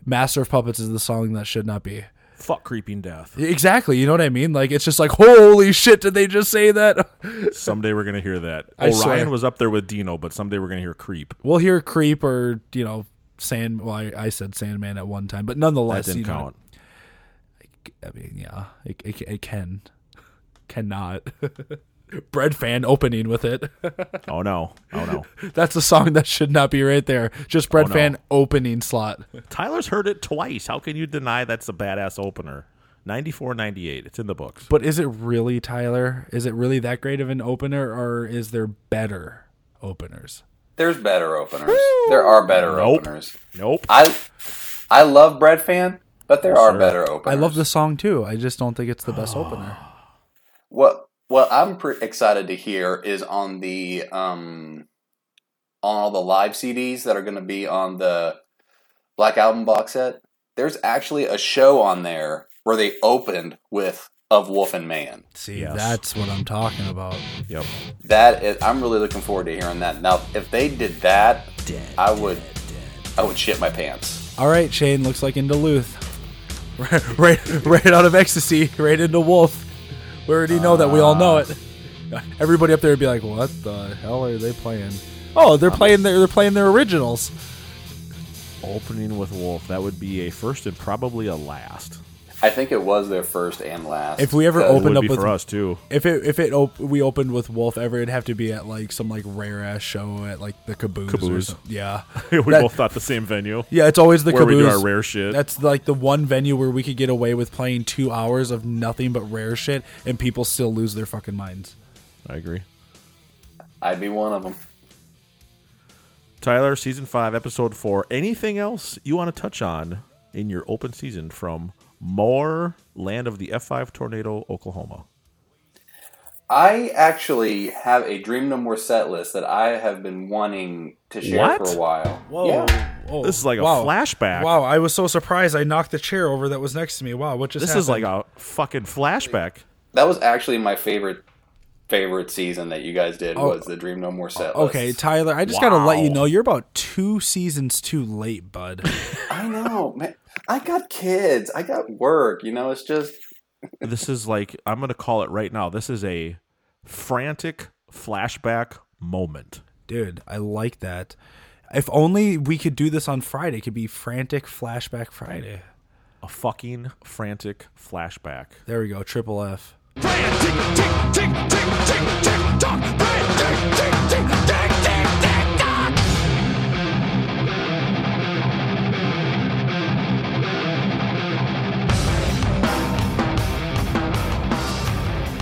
[SPEAKER 8] Master of Puppets is the song that should not be.
[SPEAKER 12] Fuck creeping death.
[SPEAKER 8] Exactly. You know what I mean? Like it's just like holy shit! Did they just say that?
[SPEAKER 12] Someday we're gonna hear that.
[SPEAKER 8] I
[SPEAKER 12] Orion
[SPEAKER 8] swear.
[SPEAKER 12] was up there with Dino, but someday we're gonna hear creep.
[SPEAKER 8] we'll hear creep or you know sand. Well, I, I said Sandman at one time, but nonetheless,
[SPEAKER 12] That didn't
[SPEAKER 8] you know,
[SPEAKER 12] count.
[SPEAKER 8] I mean, yeah, it, it, it can, cannot. Bread fan opening with it.
[SPEAKER 12] Oh no! Oh no!
[SPEAKER 8] That's the song that should not be right there. Just bread
[SPEAKER 12] Oh, no.
[SPEAKER 8] fan opening slot.
[SPEAKER 12] Tyler's heard it twice. How can you deny that's a badass opener? 94 98. It's in the books.
[SPEAKER 8] But is it really Tyler? Is it really that great of an opener, or is there better openers?
[SPEAKER 13] There's better openers. There are better
[SPEAKER 8] Nope.
[SPEAKER 13] openers.
[SPEAKER 12] Nope.
[SPEAKER 13] I I love Bread Fan, but there
[SPEAKER 8] Yes,
[SPEAKER 13] are
[SPEAKER 8] sir.
[SPEAKER 13] better openers.
[SPEAKER 8] I love the song too. I just don't think it's the best opener.
[SPEAKER 13] What what I'm pre- excited to hear is on the um on all the live CDs that are going to be on the Black Album box set. There's actually a show on there where they opened with of Wolf and Man.
[SPEAKER 8] See, that's what I'm talking about.
[SPEAKER 12] Yep.
[SPEAKER 13] That is, I'm really looking forward to hearing that. Now, if they did that, I would I would shit my pants.
[SPEAKER 8] All right, Shane. Looks like in Duluth, right, right, right out of ecstasy, right into Wolf. We already know that. We all know it. Everybody up there would be like, "What the hell are they playing?" Oh, they're playing their they're playing their originals.
[SPEAKER 12] Opening with Wolf. That would be a first and probably a last.
[SPEAKER 13] I think it was their first and last.
[SPEAKER 8] If we ever
[SPEAKER 13] because-
[SPEAKER 8] opened up with
[SPEAKER 12] too.
[SPEAKER 8] If it if it op- we opened with Wolf ever, it'd have to be at like some like rare ass show at like the Caboose. or
[SPEAKER 12] Caboose.
[SPEAKER 8] something. yeah.
[SPEAKER 12] we
[SPEAKER 8] That-
[SPEAKER 12] both thought the same venue.
[SPEAKER 8] Yeah, it's always the
[SPEAKER 12] where
[SPEAKER 8] Caboose.
[SPEAKER 12] we do our rare shit.
[SPEAKER 8] That's like the one venue where we could get away with playing two hours of nothing but rare shit, and people still lose their fucking minds.
[SPEAKER 12] I agree.
[SPEAKER 13] I'd be one of them.
[SPEAKER 12] Tyler, season five, episode four. Anything else you want to touch on in your open season from Moore, land of the F5 tornado, Oklahoma?
[SPEAKER 13] I actually have a Dream No More set list that I have been wanting to share
[SPEAKER 12] What?
[SPEAKER 13] for a while.
[SPEAKER 8] Whoa.
[SPEAKER 13] Yeah.
[SPEAKER 8] Whoa.
[SPEAKER 12] This is like a
[SPEAKER 8] Oh, Wow.
[SPEAKER 12] flashback.
[SPEAKER 8] Wow, I was so surprised. I knocked the chair over that was next to me. Wow, what just
[SPEAKER 12] This is like a fucking flashback.
[SPEAKER 13] That was actually my favorite favorite season that you guys did
[SPEAKER 8] Oh.
[SPEAKER 13] was the Dream No More set list.
[SPEAKER 8] Okay, Tyler, I just gotta let you know you're about two seasons too late, bud.
[SPEAKER 13] I know, man. I got kids. I got work. You know, it's just
[SPEAKER 12] this is like I'm gonna call it right now. This is a frantic flashback moment.
[SPEAKER 8] Dude, I like that. If only we could do this on Friday. It could be Frantic Flashback Friday.
[SPEAKER 12] A fucking frantic flashback.
[SPEAKER 8] There we go. Triple F.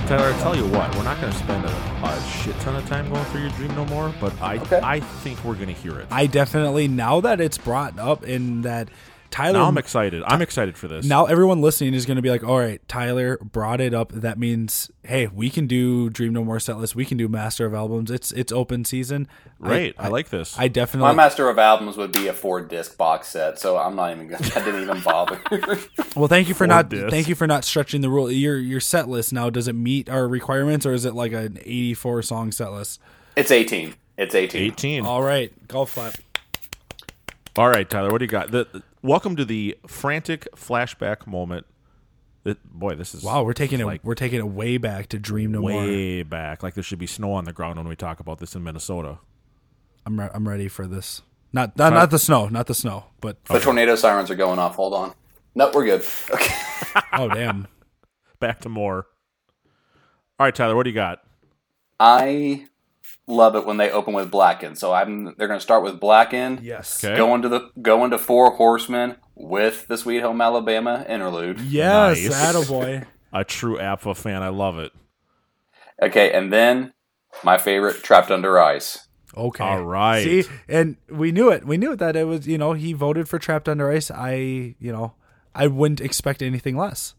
[SPEAKER 12] Tyler, I tell you what, we're not gonna spend a, a shit ton of time going through your dream no more, but I I think we're gonna hear it.
[SPEAKER 8] I definitely now that it's brought up in that Tyler.
[SPEAKER 12] now I'm excited. I'm excited for this.
[SPEAKER 8] Now everyone listening is going to be like, "All right, Tyler brought it up. That means, hey, we can do Dream No More setlist. We can do Master of Albums. It's it's open season. I-
[SPEAKER 12] Right, I like this.
[SPEAKER 8] I
[SPEAKER 13] my
[SPEAKER 8] definitely.
[SPEAKER 13] master of albums would be a four disc box set, so I'm not even gonna I didn't even bother.
[SPEAKER 8] well, thank you for
[SPEAKER 13] Or
[SPEAKER 8] not
[SPEAKER 13] this.
[SPEAKER 8] thank you for not stretching the rule. Your your set list now does it meet our requirements or is it like an eighty four song set list?
[SPEAKER 13] it's eighteen. It's eighteen.
[SPEAKER 12] Eighteen.
[SPEAKER 8] All right, golf flap.
[SPEAKER 12] All right, Tyler, what do you got? The, the- welcome to the frantic flashback moment. Th- boy, this is
[SPEAKER 8] Wow, we're taking it
[SPEAKER 12] like
[SPEAKER 8] we're taking it way back to Dream No More.
[SPEAKER 12] way back. Like there should be snow on the ground when we talk about this in Minnesota.
[SPEAKER 8] I'm re- I'm ready for this. Not not, not the snow, not the snow, but
[SPEAKER 13] The tornado sirens are going off. Hold on. No, we're good. Okay.
[SPEAKER 8] oh damn.
[SPEAKER 12] Back to more. All right, Tyler, what do you got?
[SPEAKER 13] I love it when they open with Blackened. So I'm they're going to start with Blackened.
[SPEAKER 8] Yes.
[SPEAKER 12] Okay.
[SPEAKER 13] Go into the go into Four Horsemen with the Sweet Home Alabama interlude.
[SPEAKER 8] Yes, attaboy.
[SPEAKER 12] A true APFA fan. I love it.
[SPEAKER 13] Okay, and then my favorite, Trapped Under Ice.
[SPEAKER 8] Okay.
[SPEAKER 12] All right.
[SPEAKER 8] See, and we knew it. We knew that it was, you know, he voted for Trapped Under Ice. I, you know, I wouldn't expect anything less.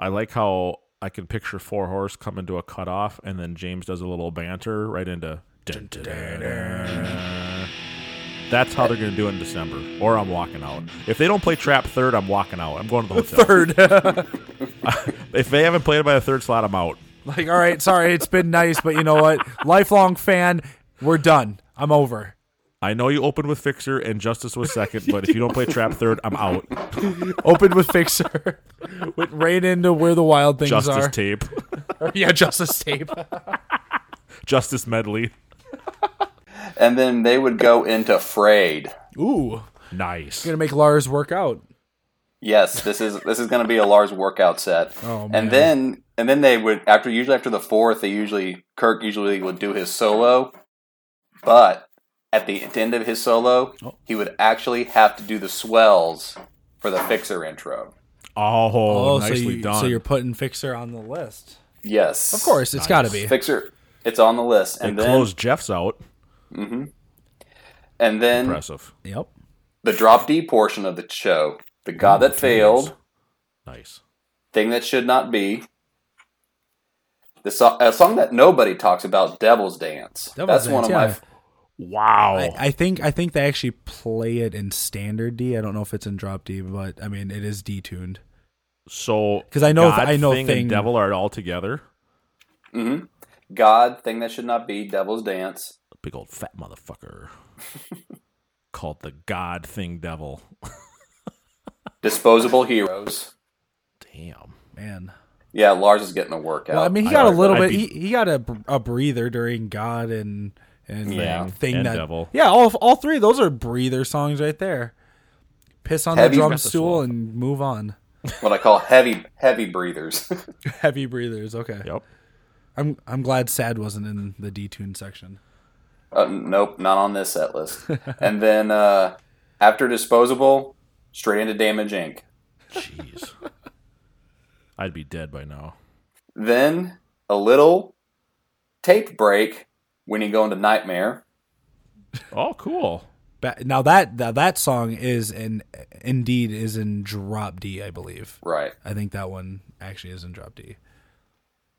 [SPEAKER 12] I like how I can picture Four Horse coming to a cutoff, and then James does a little banter right into. dun, dun, dun, dun. That's how they're going to do it in December, or I'm walking out. If they don't play Trap third, I'm walking out. I'm going to the hotel.
[SPEAKER 8] Third.
[SPEAKER 12] if they haven't played it by the third slot, I'm out.
[SPEAKER 8] like, all right, sorry, it's been nice, but you know what? Lifelong fan, we're done. I'm over.
[SPEAKER 12] I know you opened with Fixer and Justice was second, but if you don't play Trap third, I'm out.
[SPEAKER 8] Open with Fixer. Went right into where the wild things
[SPEAKER 12] Justice
[SPEAKER 8] are.
[SPEAKER 12] tape.
[SPEAKER 8] yeah, Justice tape.
[SPEAKER 12] Justice medley.
[SPEAKER 13] And then they would go into frayed.
[SPEAKER 8] Ooh,
[SPEAKER 12] nice.
[SPEAKER 8] gonna make Lars work out.
[SPEAKER 13] Yes, this is this is going to be a Lars workout set.
[SPEAKER 8] Oh, man.
[SPEAKER 13] And then and then they would after usually after the fourth, they usually Kirk usually would do his solo, but at the end of his solo,
[SPEAKER 8] Oh.
[SPEAKER 13] he would actually have to do the swells for the fixer intro.
[SPEAKER 12] Oh,
[SPEAKER 8] so,
[SPEAKER 12] nicely
[SPEAKER 8] you,
[SPEAKER 12] done.
[SPEAKER 8] so you're putting Fixer on the list.
[SPEAKER 13] Yes,
[SPEAKER 8] Of course, it's
[SPEAKER 13] it's
[SPEAKER 8] gotta be.
[SPEAKER 13] fixer. It's on the list, and
[SPEAKER 12] They
[SPEAKER 13] then
[SPEAKER 12] closed Jeff's out.
[SPEAKER 13] hmm and then
[SPEAKER 12] Impressive.
[SPEAKER 8] Yep.
[SPEAKER 13] the drop D portion of the show, the God
[SPEAKER 8] Oh,
[SPEAKER 13] that failed,
[SPEAKER 12] Nice.
[SPEAKER 13] thing that should not be. The so- a song that nobody talks about, Devil's Dance.
[SPEAKER 8] Devil's
[SPEAKER 13] That's one
[SPEAKER 8] Dance,
[SPEAKER 13] of my
[SPEAKER 8] yeah.
[SPEAKER 13] f-
[SPEAKER 12] Wow.
[SPEAKER 13] Oh.
[SPEAKER 8] I, I think I think they actually play it in standard D. I don't know if it's in drop D, but I mean it is detuned.
[SPEAKER 12] So
[SPEAKER 8] 'Cause I know- I know
[SPEAKER 12] thing,
[SPEAKER 8] Thing-
[SPEAKER 12] and devil are all together.
[SPEAKER 13] hmm God, thing that should not be, Devil's Dance.
[SPEAKER 12] Big old fat motherfucker called the God Thing Devil.
[SPEAKER 13] Disposable Heroes.
[SPEAKER 12] Damn.
[SPEAKER 8] Man.
[SPEAKER 13] Yeah, Lars is getting a workout.
[SPEAKER 8] Well, I mean, he got a little bit.
[SPEAKER 13] I'd be-
[SPEAKER 8] he, he got a, br- a breather during God and and
[SPEAKER 13] Yeah.
[SPEAKER 8] thing
[SPEAKER 13] And
[SPEAKER 8] that
[SPEAKER 13] Devil.
[SPEAKER 8] yeah. All all three of those are breather songs right there. Piss on the
[SPEAKER 13] Heavy-
[SPEAKER 8] drum
[SPEAKER 13] Got the
[SPEAKER 8] stool and move on.
[SPEAKER 13] what I call heavy heavy breathers.
[SPEAKER 8] Heavy breathers. Okay.
[SPEAKER 12] Yep.
[SPEAKER 8] I'm I'm glad Sad wasn't in the detune section.
[SPEAKER 13] Uh, nope, not on this set list. and then uh, after Disposable, straight into Damage Inc.
[SPEAKER 12] Jeez. I'd be dead by now.
[SPEAKER 13] Then a little tape break when you go into Nightmare.
[SPEAKER 12] Oh, cool.
[SPEAKER 8] Ba- Now that now that song is in indeed is in drop D, I believe.
[SPEAKER 13] Right.
[SPEAKER 8] I think that one actually is in drop D.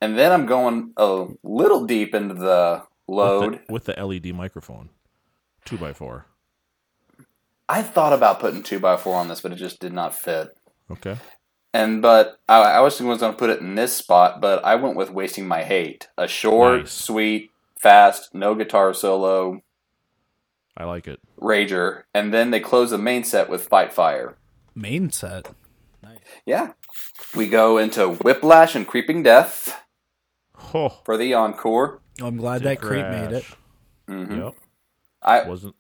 [SPEAKER 13] And then I'm going a little deep into the load.
[SPEAKER 12] With the, with the LED microphone. Two by four.
[SPEAKER 13] I thought about putting 2x4 on this, but it just did not fit.
[SPEAKER 12] Okay.
[SPEAKER 13] And but I, I was going to put it in this spot, but I went with wasting my hate. A short,
[SPEAKER 12] Nice.
[SPEAKER 13] sweet, fast, no guitar solo
[SPEAKER 12] I like it.
[SPEAKER 13] rager, and then they close the main set with fight fire.
[SPEAKER 8] Main set.
[SPEAKER 13] Yeah, we go into whiplash and creeping death
[SPEAKER 12] Oh,
[SPEAKER 13] for the encore.
[SPEAKER 8] I'm glad that creep made it.
[SPEAKER 13] Mhm.
[SPEAKER 12] Yep.
[SPEAKER 13] I
[SPEAKER 12] Wasn't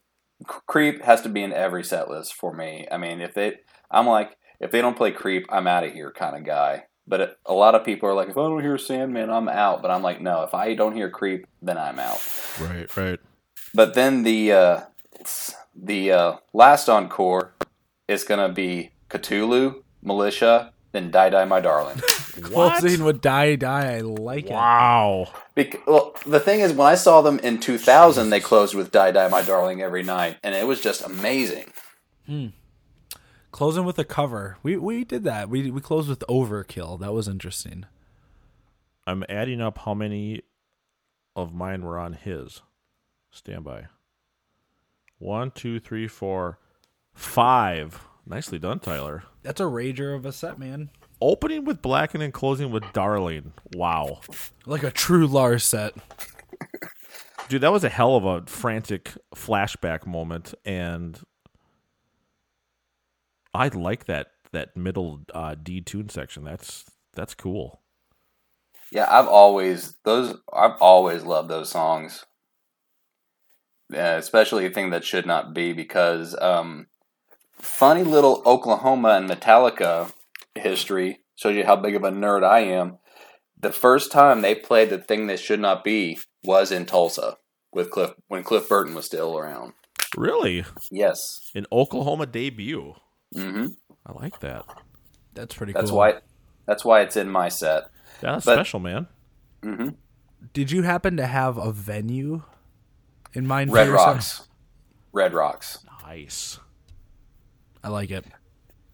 [SPEAKER 13] creep has to be in every set list for me. I mean, if they, I'm like, if they don't play creep, I'm out of here kind of guy. But it, a lot of people are like, if I don't hear Sandman, I'm out. But I'm like, no, if I don't hear creep, then I'm out.
[SPEAKER 12] right, right.
[SPEAKER 13] But then the uh, the uh, last encore is gonna be Cthulhu, Militia, then Die Die My Darling.
[SPEAKER 8] Closing with die die. I like
[SPEAKER 12] Wow.
[SPEAKER 13] Bec- well, the thing is, when I saw them in 2000, they closed with Die Die My Darling every night, and it was just amazing.
[SPEAKER 8] it. Closing with a cover. We we did that. We we closed with overkill. That was interesting.
[SPEAKER 12] I'm adding up how many of mine were on his. Stand by. One, two, three, four, five. Nicely done, Tyler.
[SPEAKER 8] That's a rager of a set, man.
[SPEAKER 12] Opening with Blacken and closing with Darling. Wow.
[SPEAKER 8] Like a true Lars set.
[SPEAKER 12] Dude, that was a hell of a frantic flashback moment. And I like that that middle uh, D tune section. That's that's cool.
[SPEAKER 13] Yeah, I've always those. I've always loved those songs, yeah, especially a thing that should not be because um, funny little Oklahoma and Metallica history shows you how big of a nerd I am. The first time they played the thing that should not be was in Tulsa with Cliff when Cliff Burton was still around.
[SPEAKER 12] Really?
[SPEAKER 13] Yes,
[SPEAKER 12] An Oklahoma debut.
[SPEAKER 13] hmm
[SPEAKER 12] I like that.
[SPEAKER 8] That's pretty
[SPEAKER 13] that's
[SPEAKER 8] cool.
[SPEAKER 13] why. That's why it's in my set.
[SPEAKER 12] That's
[SPEAKER 13] But-
[SPEAKER 12] special, man.
[SPEAKER 13] hmm
[SPEAKER 8] Did you happen to have a venue in mind? for
[SPEAKER 13] Red
[SPEAKER 8] your set?
[SPEAKER 13] Rocks, Red Rocks.
[SPEAKER 12] Nice.
[SPEAKER 8] I like it.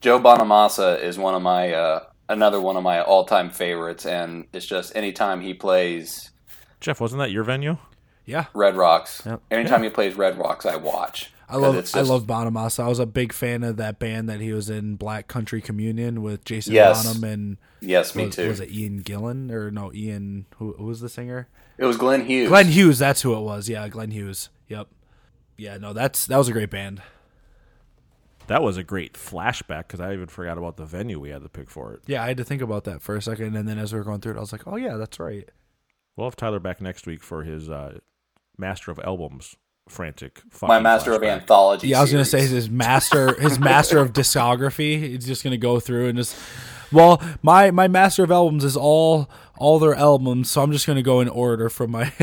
[SPEAKER 13] Joe Bonamassa is one of my uh, another one of my all time favorites, and it's just anytime he plays
[SPEAKER 12] Jeff, wasn't that your venue?
[SPEAKER 8] Yeah.
[SPEAKER 13] Red Rocks,
[SPEAKER 8] Yep.
[SPEAKER 13] anytime he plays Red Rocks, I watch.
[SPEAKER 8] I love
[SPEAKER 13] 'Cause it's
[SPEAKER 8] I
[SPEAKER 13] just-
[SPEAKER 8] love Bonamassa. I was a big fan of that band that he was in, Black Country Communion, with Jason
[SPEAKER 13] Yes.
[SPEAKER 8] Bonham and
[SPEAKER 13] Yes, me
[SPEAKER 8] was,
[SPEAKER 13] too.
[SPEAKER 8] Was it Ian Gillan or no Ian? Who, who was the singer?
[SPEAKER 13] It was Glenn Hughes.
[SPEAKER 8] Glenn Hughes. That's who it was. Yeah, Glenn Hughes. Yep. yeah, no, that's that was a great band.
[SPEAKER 12] That was a great flashback because I even forgot about the venue we had to pick for it.
[SPEAKER 8] Yeah, I had to think about that for a second, and then as we were going through it, I was like, oh yeah, that's right.
[SPEAKER 12] We'll have Tyler back next week for his uh, Master of Albums frantic.
[SPEAKER 13] My Master
[SPEAKER 12] flashback.
[SPEAKER 13] of Anthology.
[SPEAKER 8] Yeah, I was gonna say
[SPEAKER 13] series.
[SPEAKER 8] his master, his master of discography. He's just gonna go through and just. Well, my my master of albums is all all their albums, so I'm just gonna go in order from my.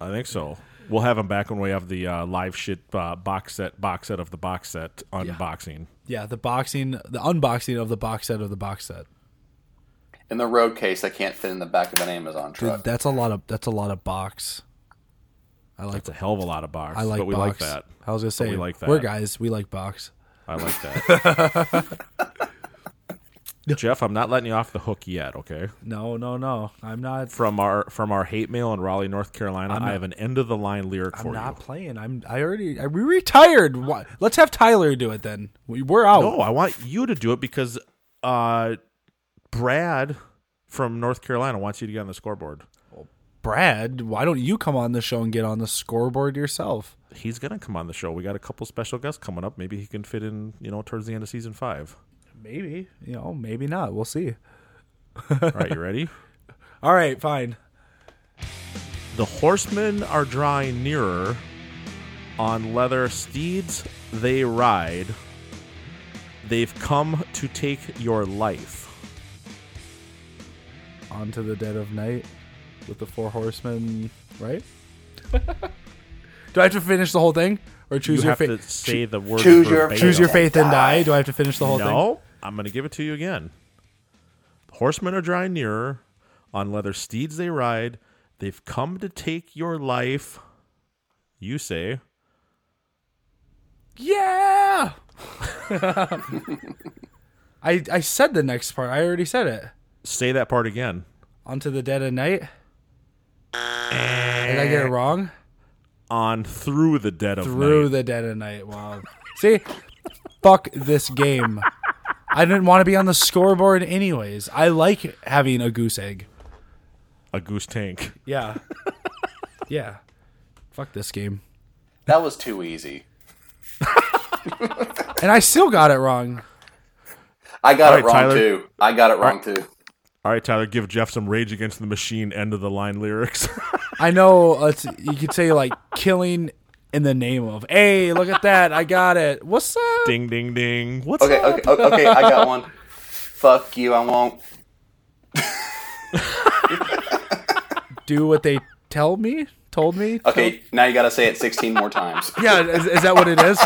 [SPEAKER 12] I think so. We'll have him back when we have the uh, live shit uh, box set box set of the box set unboxing.
[SPEAKER 8] yeah, the boxing, the unboxing of the box set of the box set.
[SPEAKER 13] In the road case, I can't fit in the back of an Amazon truck.
[SPEAKER 8] Dude, that's a lot of that's a lot of box. I like
[SPEAKER 12] That's a hell of a lot of box.
[SPEAKER 8] I like
[SPEAKER 12] but we
[SPEAKER 8] box.
[SPEAKER 12] like that.
[SPEAKER 8] I was gonna
[SPEAKER 12] But
[SPEAKER 8] say
[SPEAKER 12] we like that.
[SPEAKER 8] We're guys. We like box.
[SPEAKER 12] I like that. Jeff, I'm not letting you off the hook yet, okay?
[SPEAKER 8] No, no, no. I'm not.
[SPEAKER 12] From our from our hate mail in Raleigh, North Carolina,
[SPEAKER 8] I'm
[SPEAKER 12] I
[SPEAKER 8] not-
[SPEAKER 12] have an end of the line lyric
[SPEAKER 8] I'm
[SPEAKER 12] for
[SPEAKER 8] not playing. I'm. I already. I, we retired. Why, let's have Tyler do it then. We, we're out.
[SPEAKER 12] you. No, I want you to do it because uh, Brad from North Carolina wants you to get on the scoreboard.
[SPEAKER 8] Brad, why don't you come on the show and get on the scoreboard yourself?
[SPEAKER 12] He's gonna come on the show. We got a couple special guests coming up. Maybe he can fit in, you know, towards the end of season five.
[SPEAKER 8] Maybe. You know, maybe not. We'll see.
[SPEAKER 12] All right, you ready?
[SPEAKER 8] All right, fine.
[SPEAKER 12] The horsemen are drawing nearer. On leather steeds they ride. They've come to take your life.
[SPEAKER 8] On to the dead of night with the four horsemen, right? do I have to finish the whole thing or choose
[SPEAKER 12] you
[SPEAKER 8] your
[SPEAKER 12] have
[SPEAKER 8] faith?
[SPEAKER 12] to say the word.
[SPEAKER 13] choose your-
[SPEAKER 12] verbatim.
[SPEAKER 8] choose your faith and die. Do I have to finish the whole thing?
[SPEAKER 12] No, I'm going to give it to you again. The horsemen are drawing nearer. On leather steeds they ride. They've come to take your life. You say,
[SPEAKER 8] Yeah. I I said the next part. I already said it.
[SPEAKER 12] say that part again.
[SPEAKER 8] Onto the dead of night. Did I get it wrong?
[SPEAKER 12] On through the dead of
[SPEAKER 8] Through
[SPEAKER 12] night.
[SPEAKER 8] the dead of night. Wow. See, fuck this game. I didn't want to be on the scoreboard anyways. I like having a goose egg.
[SPEAKER 12] a goose tank.
[SPEAKER 8] Yeah. Yeah. Fuck this game.
[SPEAKER 13] That was too easy.
[SPEAKER 8] And I still got it wrong.
[SPEAKER 13] I got
[SPEAKER 12] All
[SPEAKER 13] it
[SPEAKER 12] right,
[SPEAKER 13] wrong
[SPEAKER 12] Tyler.
[SPEAKER 13] too. I got it wrong too.
[SPEAKER 12] All right, Tyler, give Jeff some Rage Against the Machine end of the line lyrics.
[SPEAKER 8] I know uh, it's, you could say like killing in the name of. Hey, look at that. I got it. What's up?
[SPEAKER 12] ding, ding, ding. What's
[SPEAKER 13] Okay,
[SPEAKER 12] up?
[SPEAKER 13] okay, okay, okay. I got one. Fuck you. I won't.
[SPEAKER 8] Do what they tell me? Told me?
[SPEAKER 13] Okay, now you got to say it 16 more times.
[SPEAKER 8] Yeah, is, is that what it is?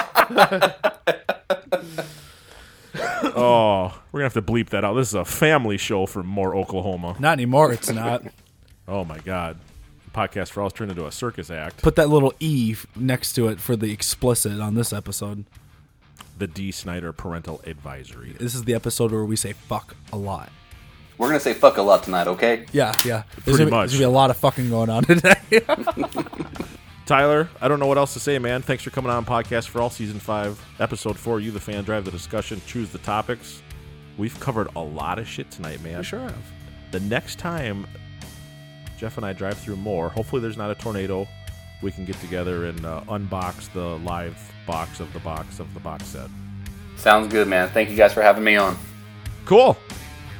[SPEAKER 12] Oh, we're going to have to bleep that out. This is a family show for more Oklahoma.
[SPEAKER 8] Not anymore. It's not.
[SPEAKER 12] Oh, my God. Podcast for All's turned into a circus act.
[SPEAKER 8] Put that little E f- next to it for the explicit on this episode.
[SPEAKER 12] The D. Snyder Parental Advisory.
[SPEAKER 8] This is the episode where we say fuck a lot.
[SPEAKER 13] We're gonna say fuck a lot tonight, okay?
[SPEAKER 8] Yeah, yeah.
[SPEAKER 12] Pretty
[SPEAKER 8] there's gonna be,
[SPEAKER 12] much.
[SPEAKER 8] There's gonna be a lot of fucking going on today.
[SPEAKER 12] Tyler, I don't know what else to say, man. Thanks for coming on Podcast for All Season 5, Episode 4. You, the fan, drive the discussion, choose the topics. We've covered a lot of shit tonight, man.
[SPEAKER 8] sure have.
[SPEAKER 12] The next time Jeff and I drive through more, hopefully there's not a tornado. We can get together and uh, unbox the live box of the box of the box set.
[SPEAKER 13] Sounds good, man. Thank you guys for having me on.
[SPEAKER 12] Cool.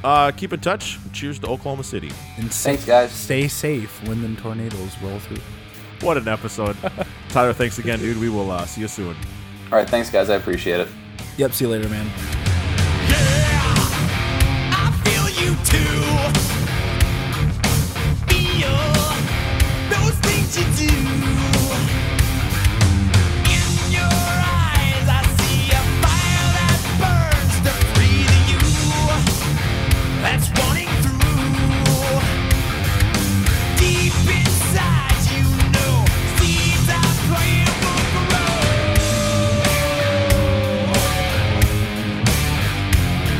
[SPEAKER 12] Uh, keep in touch. Cheers to Oklahoma City.
[SPEAKER 8] And sa-
[SPEAKER 13] Thanks, guys.
[SPEAKER 8] Stay safe when them tornadoes roll through.
[SPEAKER 12] What an episode. Tyler, thanks again, dude. We will uh, see you soon.
[SPEAKER 13] All right, thanks, guys. I appreciate it.
[SPEAKER 8] Yep. See you later, man.
[SPEAKER 1] I feel you too. Feel those things you do. In your eyes, I see a fire that burns to free the you that's running through. Deep inside, you know seeds are planted will grow.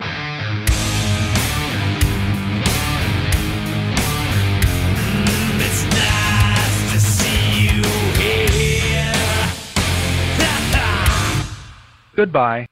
[SPEAKER 1] Mm,
[SPEAKER 16] Goodbye.